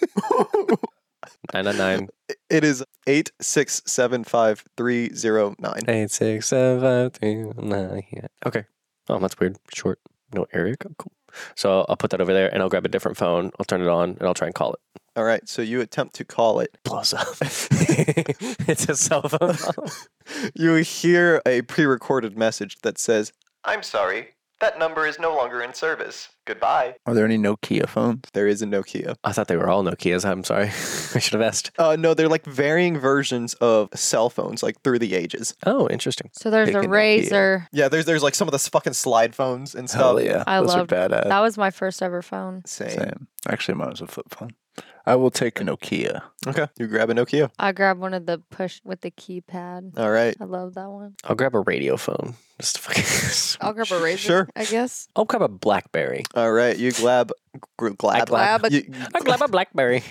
999 It is eight six seven five three zero nine. 8675319. Yeah. Okay. Oh, that's weird. Short. No area code. Cool. So I'll put that over there and I'll grab a different phone. I'll turn it on and I'll try and call it. All right, so you attempt to call it. Blows up. it's a cell phone. You hear a pre-recorded message that says, "I'm sorry, that number is no longer in service. Goodbye." Are there any Nokia phones? There is a Nokia. I thought they were all Nokias. I'm sorry. I should have asked. Uh, no, they're like varying versions of cell phones, like through the ages. Oh, interesting. So there's Picking up a the- razor. Yeah, there's there's like some of the fucking slide phones and stuff. Hell yeah. I Those loved- are badass. That was my first ever phone. Same. Same. Actually, mine was a flip phone. I will take a Nokia. Okay, you grab a Nokia. I grabbed one of the push with the keypad. All right. I love that one. I'll grab a radio phone. Just to fucking. I'll grab a razor, Sure. I guess. I'll grab a Blackberry. All right, you grab gr- glab, glab a- you, I grab a Blackberry.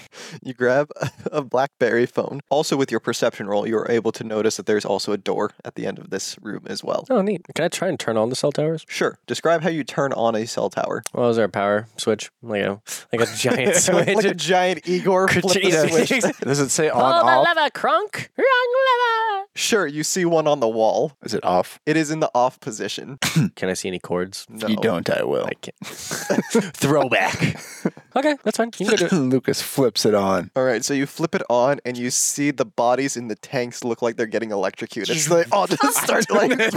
you grab a BlackBerry phone. Also, with your perception roll, you're able to notice that there's also a door at the end of this room as well. Oh, neat. Can I try and turn on the cell towers? Sure. Describe how you turn on a cell tower. Oh, is there a power switch? Like a like a giant switch. like a giant Igor flip the switch. Does it say on Pull the off? lever, crunk. Wrong Sure, you see one on the wall. Is it off? It is in the off position. lever. Can I see any cords? No. You don't. I will. I can't. Throwback. Okay, that's fine. You can go do it. Lucas flips it on. All right, so you flip it on and you see the bodies in the tanks look like they're getting electrocuted. So they all just start like. Wait, wait,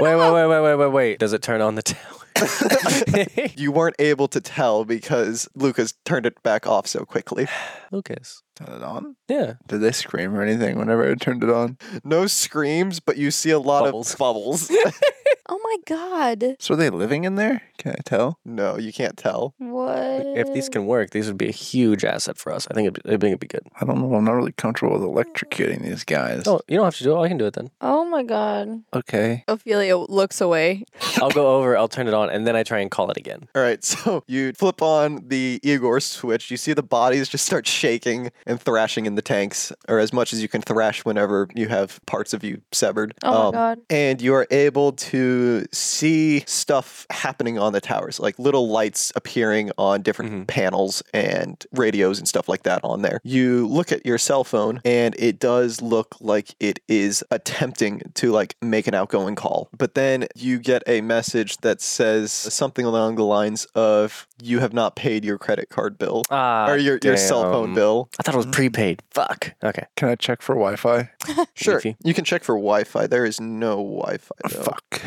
wait, wait, wait, wait, wait. Does it turn on the tower? You weren't able to tell because Lucas turned it back off so quickly. Lucas. Turn it on? Yeah. Did they scream or anything whenever I turned it on? No screams, but you see a lot Bubbles. of bubbles. Oh my God. So are they living in there? Can I tell? no, you can't tell. What? If these can work, these would be a huge asset for us. I think it'd be, I think it'd be good. I don't know. I'm not really comfortable with electrocuting these guys. No, Oh, you don't have to do it. I can do it then. Oh my god. Oh, Okay. Ophelia looks away. I'll go over. I'll turn it on, and then I try and call it again. All right, so you flip on the Igor switch. You see the bodies just start shaking and thrashing in the tanks, or as much as you can thrash whenever you have parts of you severed. Oh my Um, god. And you are able to you see stuff happening on the towers, like little lights appearing on different Mm-hmm. panels and radios and stuff like that on there. You look at your cell phone and it does look like it is attempting to like make an outgoing call. But then you get a message that says something along the lines of you have not paid your credit card bill Ah, or your, your cell phone damn. bill. I thought it was prepaid. Fuck. Okay. Can I check for Wi Fi? Sure. Leafy. You can check for Wi Fi. There is no Wi Fi, though. Fuck.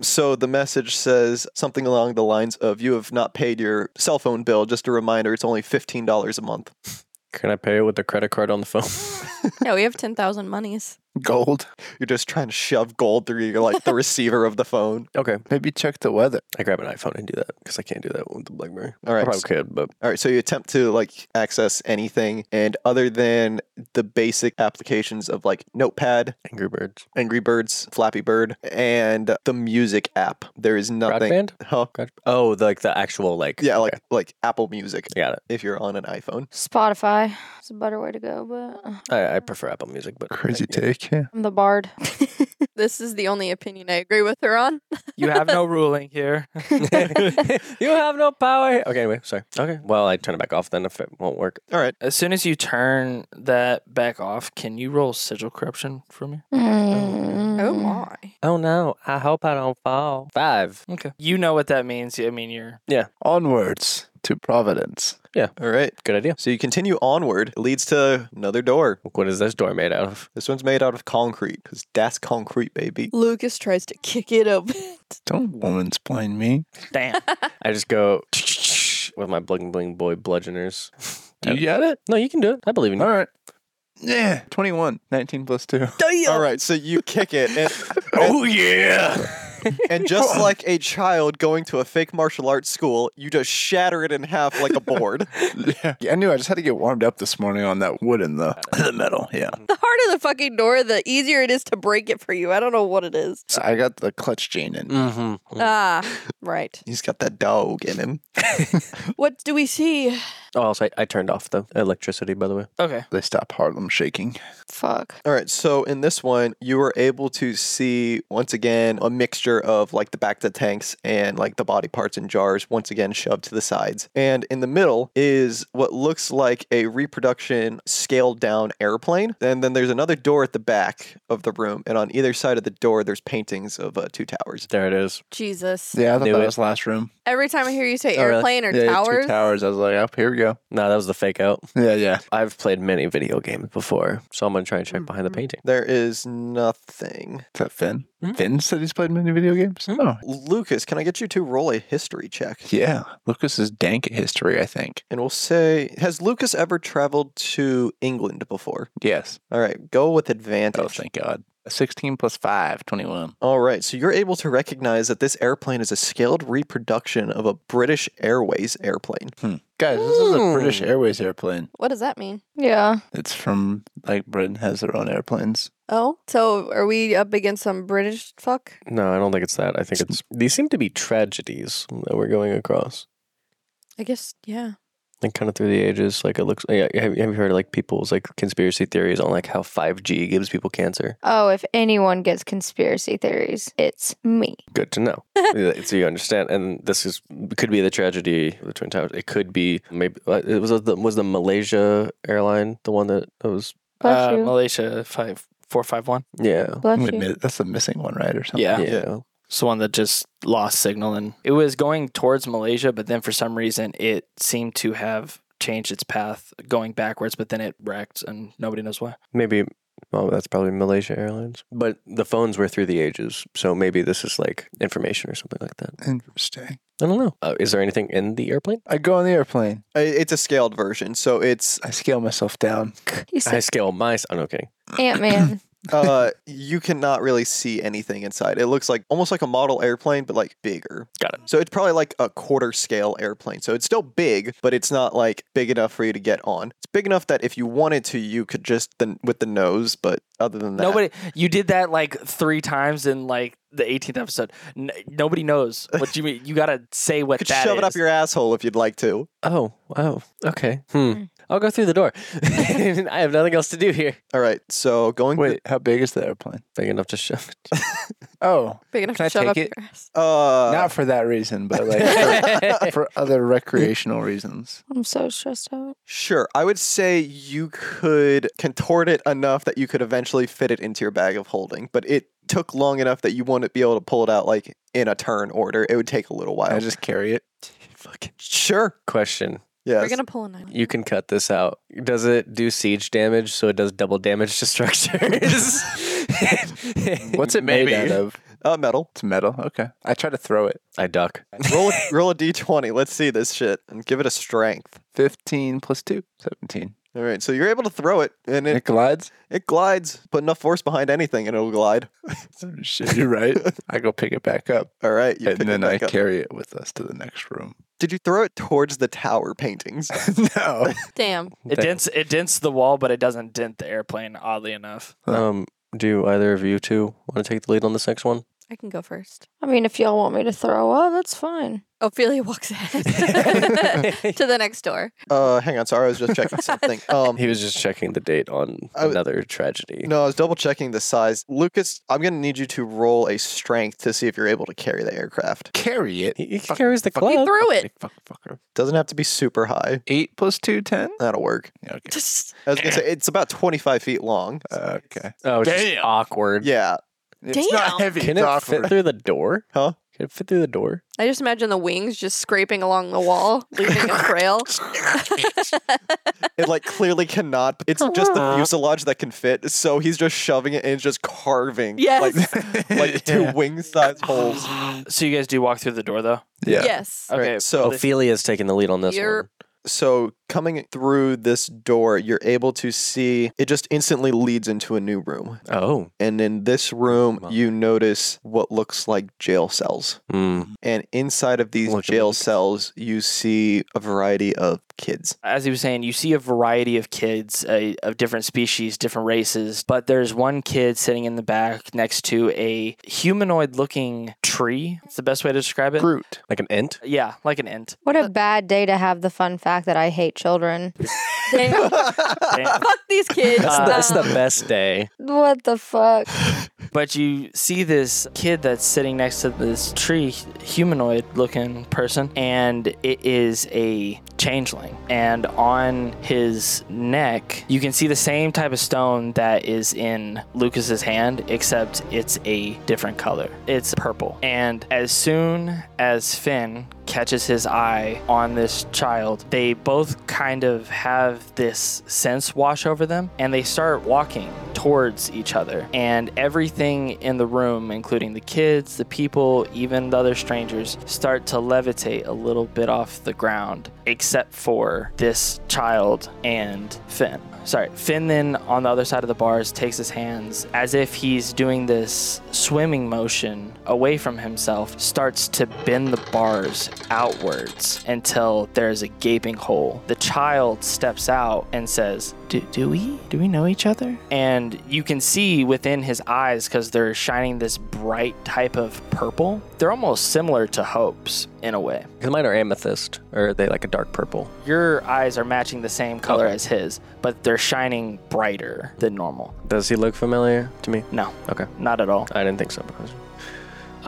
So the message says something along the lines of You have not paid your cell phone bill. Just a reminder, it's only $15 a month. Can I pay it with the credit card on the phone? Yeah, we have 10,000 monies. Gold. You're just trying to shove gold through your, like, the receiver of the phone. okay. Maybe check the weather. I grab an iPhone and do that because I can't do that with the BlackBerry. All right. I probably could, but All right, so you attempt to like access anything, and other than the basic applications of like Notepad, Angry Birds. Angry Birds, Flappy Bird, and the music app, there is nothing. Broadband? Huh? Oh, the, like the actual like. Yeah, like okay. like Apple Music. I got it. If you're on an iPhone, Spotify. It's a better way to go, but I, I prefer Apple Music, but Crazy Yeah. take. Yeah. I'm the bard. This is the only opinion I agree with her on. You have no ruling here. you have no power. Okay, anyway, sorry. Okay, well, I turn it back off then if it won't work. all right, As soon as you turn that back off, can you roll sigil corruption for me? Oh Mm. my. Oh no, I hope I don't fall. Five. Okay. You know what that means. I mean, you're Onwards to Providence. all right. Good idea. So you continue onward. It leads to another door. What is this door made out of? This one's made out of concrete because that's concrete, baby. Lucas tries to kick it open. Don't woman's blind me. damn. I just go with my bling bling boy bludgeoners. You got it? No, you can do it. I believe in you. All right. Yeah. 21. 19 plus 2. All right, so you kick it, and, oh, yeah. and just like a child going to a fake martial arts school, you just shatter it in half like a board. yeah. I knew I just had to get warmed up this morning on that wood and the, the metal. Yeah. the harder the fucking door, the easier it is to break it for you. I don't know what it is. So I got the clutch gene Mm. in. Mm-hmm. Mm. Ah, right. He's got that dog in him. What do we see? Oh, also, I, I turned off the electricity, by the way. Okay. They stop Harlem shaking. Fuck. All right, so in this one, you were able to see once again a mixture of like the back to tanks and like the body parts in jars once again shoved to the sides. And in the middle is what looks like a reproduction scaled down airplane. And then there's another door at the back of the room, and on either side of the door, there's paintings of uh, two towers. There it is. Jesus. Yeah, I thought Knew that it. was last room. Every time I hear you say Oh, really? airplane or yeah, towers, Two towers. I was like, oh, here we go. No, that was the fake out. Yeah, yeah. I've played many video games before, so I'm gonna try and check behind the painting. There is nothing. Is that Finn? Hmm? Finn said he's played many video games? Oh, Lucas, can I get you to roll a history check? yeah. Lucas is dank at history, I think. And we'll say, has Lucas ever traveled to England before? Yes. All right, go with Oh, advantage. thank God. 16 plus 5, 21. All right, so you're able to recognize that this airplane is a scaled reproduction of a British Airways airplane. Hmm. Guys, this is a British Airways airplane. what does that mean? Yeah. It's from, like, Britain has their own airplanes. Oh, so are we up against some British fuck? No, I don't think it's that. I think it's these seem to be tragedies that we're going across, I guess, yeah. like kind of through the ages. Like it looks. Yeah, have, have you heard of like people's like conspiracy theories on like how five G gives people cancer? Oh, if anyone gets conspiracy theories, it's me. Good to know. so you understand, and this is could be the tragedy of the Twin Towers. It could be maybe uh, it was the was the Malaysia airline the one that was Bless Uh, you. Malaysia five four five one. yeah Bless Wait you. a minute, that's the missing one, right? Oh, Or something. Yeah. yeah It's the one that just lost signal and it was going towards Malaysia, but then for some reason it seemed to have changed its path going backwards, but then it wrecked and nobody knows why. maybe well that's probably Malaysia Airlines, but the phones were through the ages, so maybe this is like information or something like that. Interesting. I don't know. Uh, is there anything in the airplane? I go on the airplane. I- It's a scaled version, so it's I scale myself down. You I said scale my. s- oh, I'm not kidding. Ant Man. uh, you cannot really see anything inside. It looks like almost like a model airplane, but like bigger. Got it. So it's probably like a quarter scale airplane. So it's still big, but it's not like big enough for you to get on. It's big enough that if you wanted to, you could just the, with the nose. But other than that, Nobody, you did that like three times in like the 18th episode. N- nobody knows what you mean. You gotta say you what could that shove it up is. your asshole if you'd like to. Oh, wow. Okay. Hmm. I'll go through the door. I have nothing else to do here. All right, so going Wait, how big is the airplane? Big enough to shove it. Oh, Big enough Can I to shove take up it? your ass. to, uh, not for that reason, but like for, for other recreational reasons. I'm so stressed out. Sure. I would say you could contort it enough that you could eventually fit it into your bag of holding, but it took long enough that you wouldn't be able to pull it out like in a turn order. It would take a little while. I just carry it. fucking sure. Question. Yes. We're gonna pull a nine. You can cut this out. Does it do siege damage so it does double damage to structures? What's it made Maybe. out of? uh, metal. It's metal. Okay. I try to throw it. I duck. Roll a, roll a d20. Let's see this shit and give it a strength. 15 plus 2, 17. All right. So you're able to throw it and It it, glides. it glides. Put enough force behind anything and it'll glide. Shit, you're right. I go pick it back up. All right. You and pick it then I back up. carry it with us to the next room. Did you throw it towards the tower paintings? no. Damn. It dents it dents the wall, but it doesn't dent the airplane. Oddly enough, Um, do either of you two want to take the lead on this next one? I can go first. I mean, if y'all want me to throw up, that's fine. Ophelia walks ahead to the next door. uh, hang on. Sorry, I was just checking something. Um, He was just checking the date on I w- another tragedy. No, I was double checking the size. Lucas, I'm going to need you to roll a strength to see if you're able to carry the aircraft. Carry it. He, he carries the He club. threw it. Fuck, fucker. Doesn't have to be super high. 8 plus 2, 10? That'll work. Yeah, okay. Just I was going to say, it's about 25 feet long. Uh, okay. Oh, it's just Damn. awkward. Yeah. It's not Damn. heavy. Can it's it awkward. fit through the door? Huh? Can it fit through the door? I just imagine the wings just scraping along the wall, leaving a trail. It like clearly cannot. It's just the fuselage that can fit. So he's just shoving it and it's just carving. Yes. Like, like two wing size holes. so you guys do walk through the door though. Yeah. Yes. All Okay, right. So Oh, Ophelia's taking the lead on this You're- one. So coming through this door, you're able to see it just instantly leads into a new room. Oh. And in this room, Wow. you notice what looks like jail cells. Mm. And inside of these Look at jail Lucas. cells, you see a variety of kids. as he was saying, you see a variety of kids uh, of different species, different races, but there's one kid sitting in the back next to a humanoid looking tree. It's the best way to describe it. Groot. Like an ent? Yeah, like an ant. What a bad day to have the fun fact that I hate children. Damn. Fuck these kids. That's Uh, That's the Um, best day. What the fuck? But you see this kid that's sitting next to this tree, humanoid looking person, and it is a changeling. And on his neck, you can see the same type of stone that is in Lucas's hand, except it's a different color. It's purple. And as soon as Finn catches his eye on this child, they both kind of have this sense wash over them and they start walking towards each other. And everything in the room, including the kids, the people, even the other strangers, start to levitate a little bit off the ground, except for this child and Finn. Sorry, Finn then on the other side of the bars takes his hands as if he's doing this swimming motion away from himself, starts to bend the bars outwards until there's a gaping hole. The child steps out and says, do, do we? Do we know each other? And you can see within his eyes because they're shining this bright type of purple. They're almost similar to Hope's in a way. 'Cause mine are amethyst, or are they like a dark purple? Your eyes are matching the same color Okay. as his, but they're shining brighter than normal. Does he look familiar to me? No, Okay. not at all. I didn't think so. Because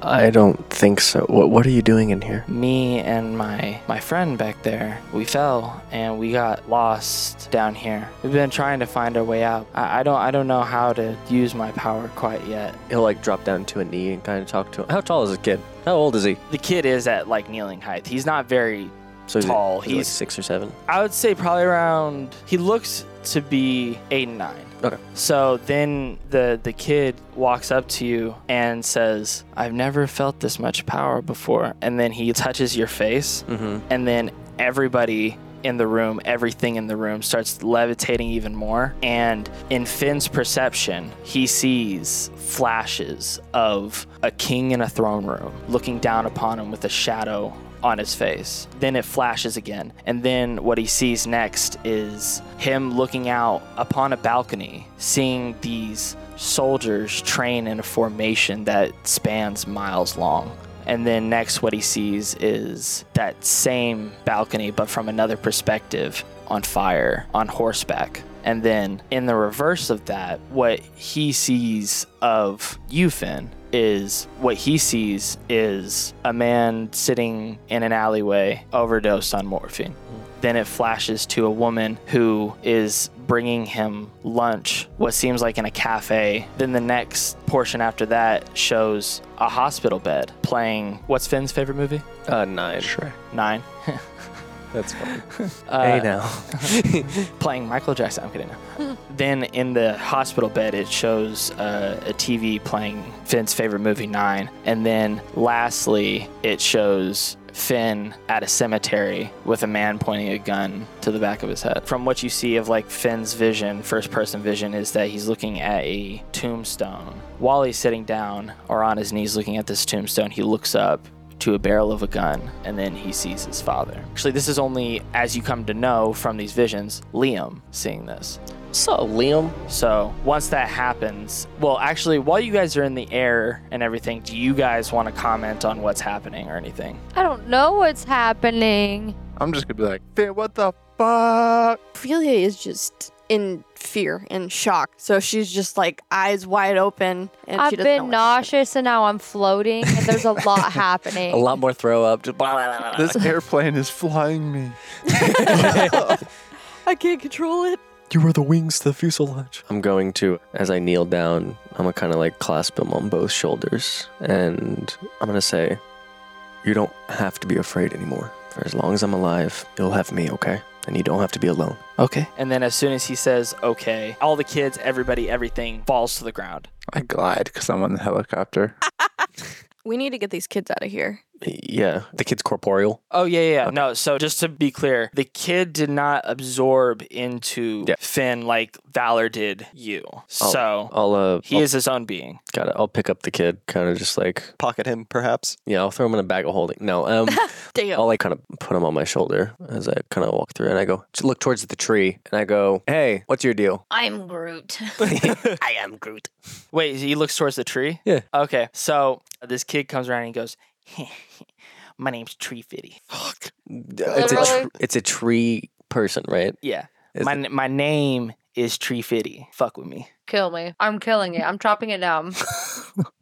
I don't think so. What What are you doing in here? me and my my friend back there we fell and we got lost down here we've been trying to find our way out i, I don't i don't know how to use my power quite yet He'll like drop down to a knee and kind of talk to him. How tall is this kid? How old is he? the kid is at like kneeling height he's not very So he's- Tall. He's, like, He's- six or seven. I would say probably around. He looks to be eight and nine. Okay. So then the the kid walks up to you and says, "I've never felt this much power before." And then he touches your face, Mhm. and then everybody in the room, everything in the room starts levitating even more. And in Finn's perception, he sees flashes of a king in a throne room looking down upon him with a shadow on his face. Then it flashes again. And then what he sees next is him looking out upon a balcony, seeing these soldiers train in a formation that spans miles long. And then next, what he sees is that same balcony, but from another perspective, on fire, on horseback. And then in the reverse of that, what he sees of you, Finn, is what he sees is a man sitting in an alleyway overdosed on morphine. Then it flashes to a woman who is bringing him lunch, what seems like in a cafe. Then the next portion after that shows a hospital bed playing what's Finn's favorite movie? Uh, nine. Nine. That's funny. Uh, hey now. playing Michael Jackson. I'm kidding. No. then in the hospital bed, it shows uh, a TV playing Finn's favorite movie, Nine. And then lastly, it shows Finn at a cemetery with a man pointing a gun to the back of his head. From what you see of like Finn's vision, first person vision, is that he's looking at a tombstone. While he's sitting down or on his knees looking at this tombstone, he looks up to a barrel of a gun, and then he sees his father. Actually, this is only as you come to know from these visions, Liam seeing this. So Liam, So once that happens, well, actually, while you guys are in the air and everything, do you guys want to comment on what's happening or anything? I don't know what's happening. I'm just gonna be like, Finn, what the fuck? Um, Ophelia is just in fear and shock. So she's just like eyes wide open and I've she doesn't been know what's nauseous and now I'm floating and there's a lot a happening. lot more throw up. Just blah, blah, blah, blah. This airplane is flying me. happening. I can't control it. You are the wings to the fuselage. I'm going to, as I kneel down, I'm gonna kind of like clasp him on both shoulders, and I'm gonna say, "You don't have to be afraid anymore. For as long as I'm alive, you'll have me, okay? And you don't have to be alone." Okay. And then as soon as he says, okay, all the kids, everybody, everything falls to the ground. I glide because I'm on the helicopter. We need to get these kids out of here. Yeah, the kid's corporeal. Oh yeah, yeah. yeah. No, so just to be clear, the kid did not absorb into Yeah. Finn like Valor did you. Oh. so I'll uh, he I'll, is his own being. got it. I'll pick up the kid, kind of just like Pocket him, perhaps. yeah, I'll throw him in a bag of holding. No, um, Damn. I'll like kind of put him on my shoulder as I kind of walk through, and I go to look towards the tree, and I go, "Hey, what's your deal?" I'm Groot. I am Groot. Wait, he looks towards the tree? Yeah. Okay. So this kid comes around and he goes, My name's Tree Fitty. It's a, tr- Literally. it's a tree person, right? Yeah. Is my it- my name is Tree Fitty. Fuck with me. Kill me. I'm killing it. I'm chopping it down.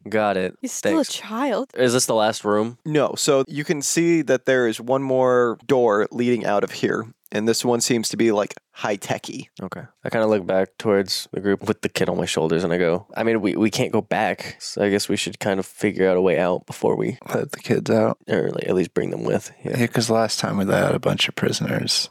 Got it. He's still Thanks. a child. Is this the last room? No. So you can see that there is one more door leading out of here. And this one seems to be like high techy. Okay. I kind of look back towards the group with the kid on my shoulders and I go, I mean, we, we can't go back. So I guess we should kind of figure out a way out before we, Let the kids out. or like, at least bring them with. Yeah, Yeah. because last time we let out a bunch of prisoners,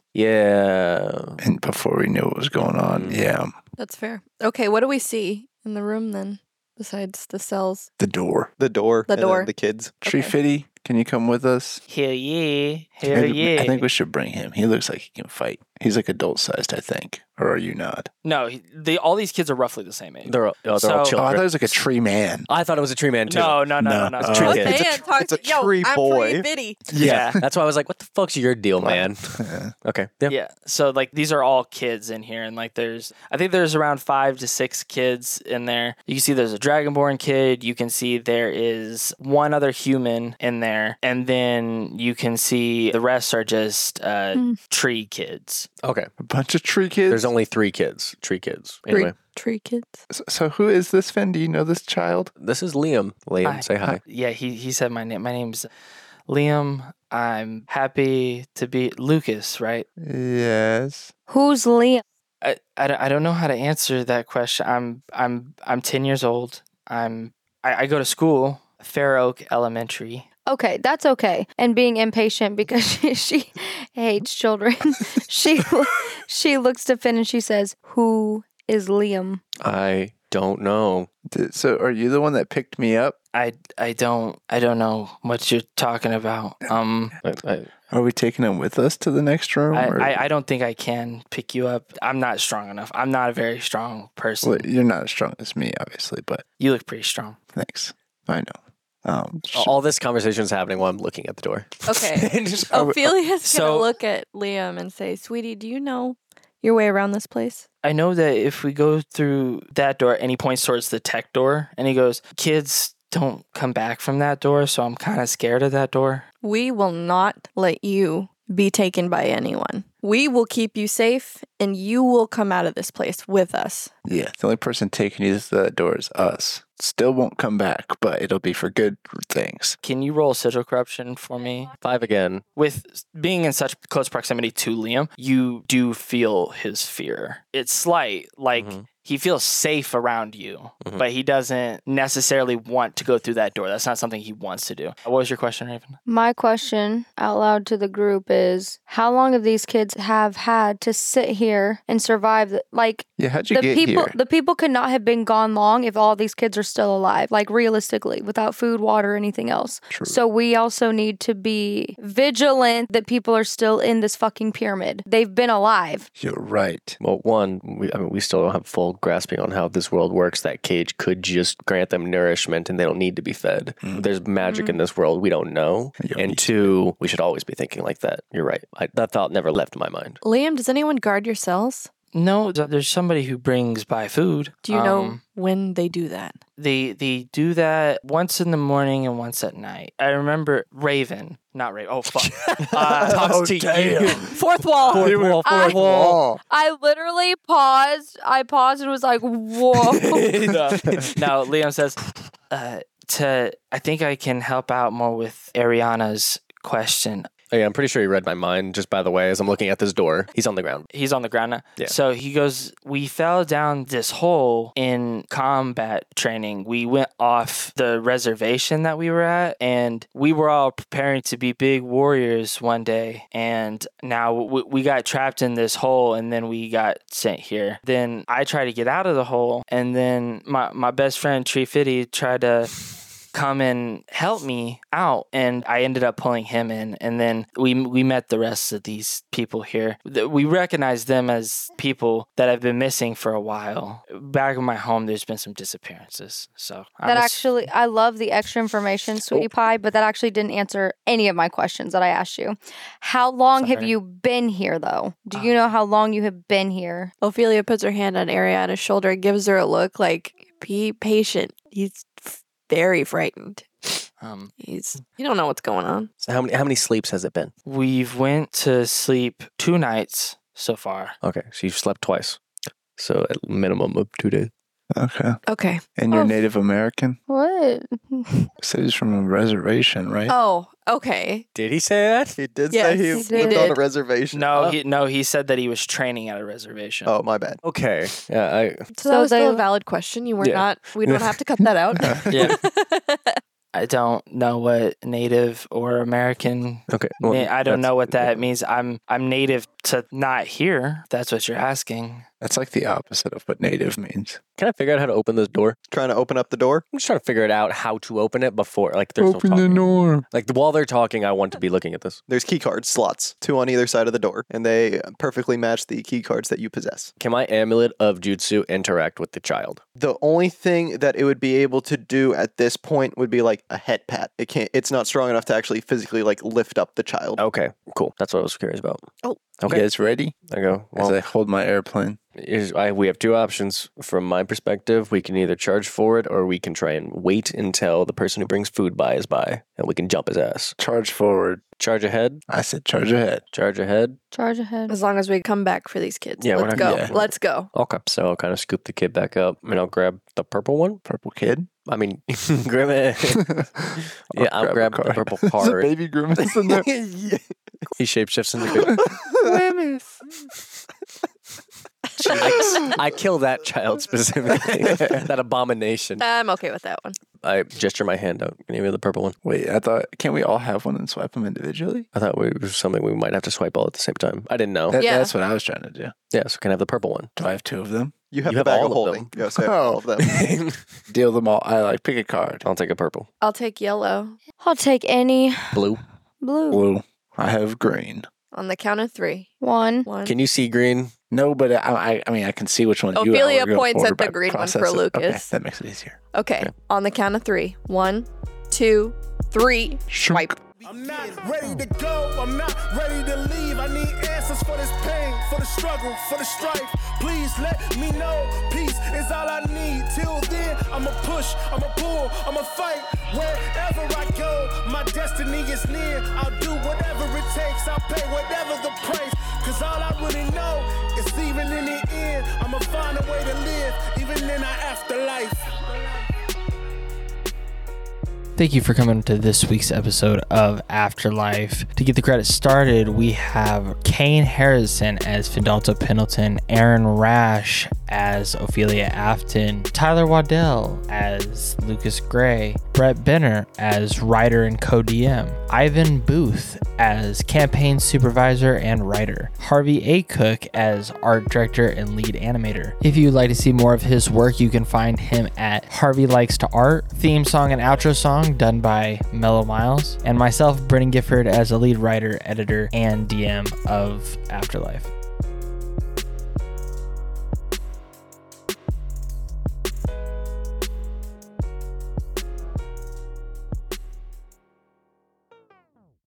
Yeah. and before we knew what was going on, Mm. yeah, That's fair. Okay, what do we see in the room then? Besides the cells, the door. The door. The and then door. The kids. Tree Okay. Fitty, can you come with us? Hell yeah. Hell Maybe- yeah. I think we should bring him. He looks like he can fight. He's like adult sized, I think. Or are you not? no, he- they, all these kids are roughly the same age. They're, all- oh, they're all So- Oh, I thought children. it was like a tree man. I thought it was a tree man too. no, no, no, No, no, no. uh, Tree Okay. Fitty. It's a Oh, Man, tr- talk it's a to- yo, tree I'm boy. Bitty. Yeah. That's why I was like, what the fuck's your deal, Wow. man? Yeah. okay. Yeah. Yeah. So like these are all kids in here and like there's I think there's around 5 to 6 kids in there. You can see there's a dragonborn kid, you can see there is one other human in there and then you can see the rest are just uh Hmm. tree kids. Okay. A bunch of tree kids. There's only three kids, tree kids. Anyway, Tree kids. S- So who is this, Finn? Do you know this child? this is Liam. Liam, Hi. say hi. Yeah, he he said my name my name's Liam. I'm happy to be Lucas, right? Yes. Who's Liam? I, I, don't- I don't know how to answer that question. I'm I'm I'm 10 years old. I'm I, I go to school, Fair Oak Elementary. Okay, that's okay. And being impatient because she, she hates children. she she looks to Finn and she says, "Who is Liam?" I don't know. D- So are you the one that picked me up? I I don't I don't know what you're talking about. Um I, I, Are we taking him with us to the next room? I, or- I, I don't think I can pick you up. I'm not strong enough. I'm not a very strong person. Well, you're not as strong as me, obviously, but You look pretty strong. thanks. I know. Um, sh- all this conversation's happening while I'm looking at the door. Okay. Oh, Just- Ophelia's So- gonna look at Liam and say, "Sweetie, do you know your way around this place?" I know that if we go through that door and he points towards the tech door and he goes, "Kids, don't come back from that door, so I'm kind of scared of that door. We will not let you be taken by anyone. We will keep you safe and you will come out of this place with us. Yeah, the only person taking you to that door is us. Still won't come back, but it'll be for good things. Can you roll sigil corruption for me? Five again. With being in such close proximity to Liam, you do feel his fear. It's slight, like Mhm. he feels safe around you, Mhm. but he doesn't necessarily want to go through that door. That's not something he wants to do. What was your question, Raven? My question out loud to the group is how long have these kids have had to sit here and survive the, like Yeah, how'd you the get people here? the people could not have been gone long if all these kids are still alive like realistically without food water anything else True. so we also need to be vigilant that people are still in this fucking pyramid they've been alive You're right. Well, one, we, I mean, we still don't have full grasping on how this world works. That cage could just grant them nourishment, and they don't need to be fed. There's magic in this world we don't know. You don't need and to. two, Mm-hmm. we should always be thinking like that. You're right. I, that thought never left my mind. Liam, does anyone guard your cells? No, th- there's somebody who brings by food. Do you know Um, when they do that? They they do that once in the morning and once at night. I remember Raven, not Raven. Oh fuck, uh, talks to you. Fourth wall. Fourth wall, I- fourth wall. i literally paused i paused and was like whoa no. Oh, No, Liam says uh, to. I think I can help out more with Ariana's question. Oh, yeah, I'm pretty sure he read my mind just by the way as I'm looking at this door. He's on the ground. He's on the ground now. Yeah. So he goes, We fell down this hole in combat training. We went off the reservation that we were at, and we were all preparing to be big warriors one day. And now we, we got trapped in this hole, and then we got sent here. Then I tried to get out of the hole, and then my, my best friend, Tree Fitty, tried to come and help me out and i ended up pulling him in and then we we met the rest of these people here Th- we recognize them as people that have been missing for a while back in my home there's been some disappearances so I'm That ass- actually, I love the extra information, sweetie pie, but that actually didn't answer any of my questions that I asked you. How long have Sorry. you been here, though? Do you know how long you have been here? Ophelia puts her hand on Ariana's shoulder and gives her a look like, be patient. He's f- very frightened. um He's, you don't know what's going on. So how many how many sleeps has it been? we've went to sleep two nights so far Okay, so you've slept twice. So at minimum of two days. Okay. Okay. And you're Oh. Native American? What? So he's from a reservation, right? Oh, okay. Did he say that? He did Yes, say he he lived on a did. reservation. no he, no he said that he was training at a reservation Oh, my bad. Okay. Yeah, I So, So that was still they- a valid question. You were Yeah. not, we don't have to cut that out. yeah i don't know what native or american okay. Ma- I don't that's- know what that means. I'm I'm native to not here. That's what you're asking. That's like the opposite of what native means. Can I figure out how to open this door? Trying to open up the door. I'm just trying to figure it out how to open it before like there's no talking. door. Like while they're talking, I want to be looking at this. There's key card slots, two on either side of the door, and they uh, perfectly match the key cards that you possess. Can my amulet of jutsu interact with the child? The only thing that it would be able to do at this point would be like a head pat. It can't. It's not strong enough to actually physically like lift up the child. Okay, cool. That's what I was curious about. Oh. okay. You guys ready? There you go. As Well, I hold my airplane. here's- I, we have two options from my perspective. We can either charge for it, or we can try and wait until the person who brings food by is by, and we can jump his ass. Charge forward. Charge ahead. I said charge ahead. Charge ahead. Charge ahead. As long as we come back for these kids. Yeah, we're Let's not go. gonna- yeah. Let's go. Okay. So I'll kind of scoop the kid back up, and I'll grab the purple one. Purple kid. I mean, grab it. Yeah, I'll grab the purple Is it card. baby grimace in there? He shapeshifts into. I, I kill that child specifically. that abomination. I'm okay with that one. I gesture my hand out. Can you have the purple one? Wait, I thought, can't we all have one and swipe them individually? I thought we- it was something we might have to swipe all at the same time. I didn't know. That- Yeah. That's what I was trying to do. yeah, so can I have the purple one? Do I have two of them? You have, You the have bag all of Oh. of holding. them. Yes, I have all of them. Deal them all. I like pick a card. I'll take a purple. I'll take yellow I'll take any Blue. blue. Blue. I have green. on the count of three. One. One. Can you see green? No, but I, I, I mean, I can see which one you Oh, Ophelia are going points for at the by green one for process. Okay, Lucas. that makes it easier. okay. On the count of three. One, two, three. Swipe. I'm not ready to go. I'm not ready to leave. I need answers for the this pain, for the struggle, for the strife. Please let me know peace is all I need. Till then, I'ma push, I'ma pull, I'ma fight. Wherever I go, my destiny is near. I'll do whatever it takes, I'll pay whatever the price. Cause all I really know is even in the end, I'ma find a way to live, even in our afterlife. Thank you for coming to this week's episode of Afterlife. To get the credit started, we have Kane Harrison as Fidalta Pendleton, Aaron Rash as Ophelia Afton, Tyler Waddell as Lucas Gray, Brett Benner as writer and co DM, Ivan Booth as campaign supervisor and writer, Harvey A. Cook as art director and lead animator. If you'd like to see more of his work, you can find him at Harvey Likes to Art. Theme song and outro song done by Mellow Miles, and myself, Brennan Gifford, as a lead writer, editor, and DM of Afterlife.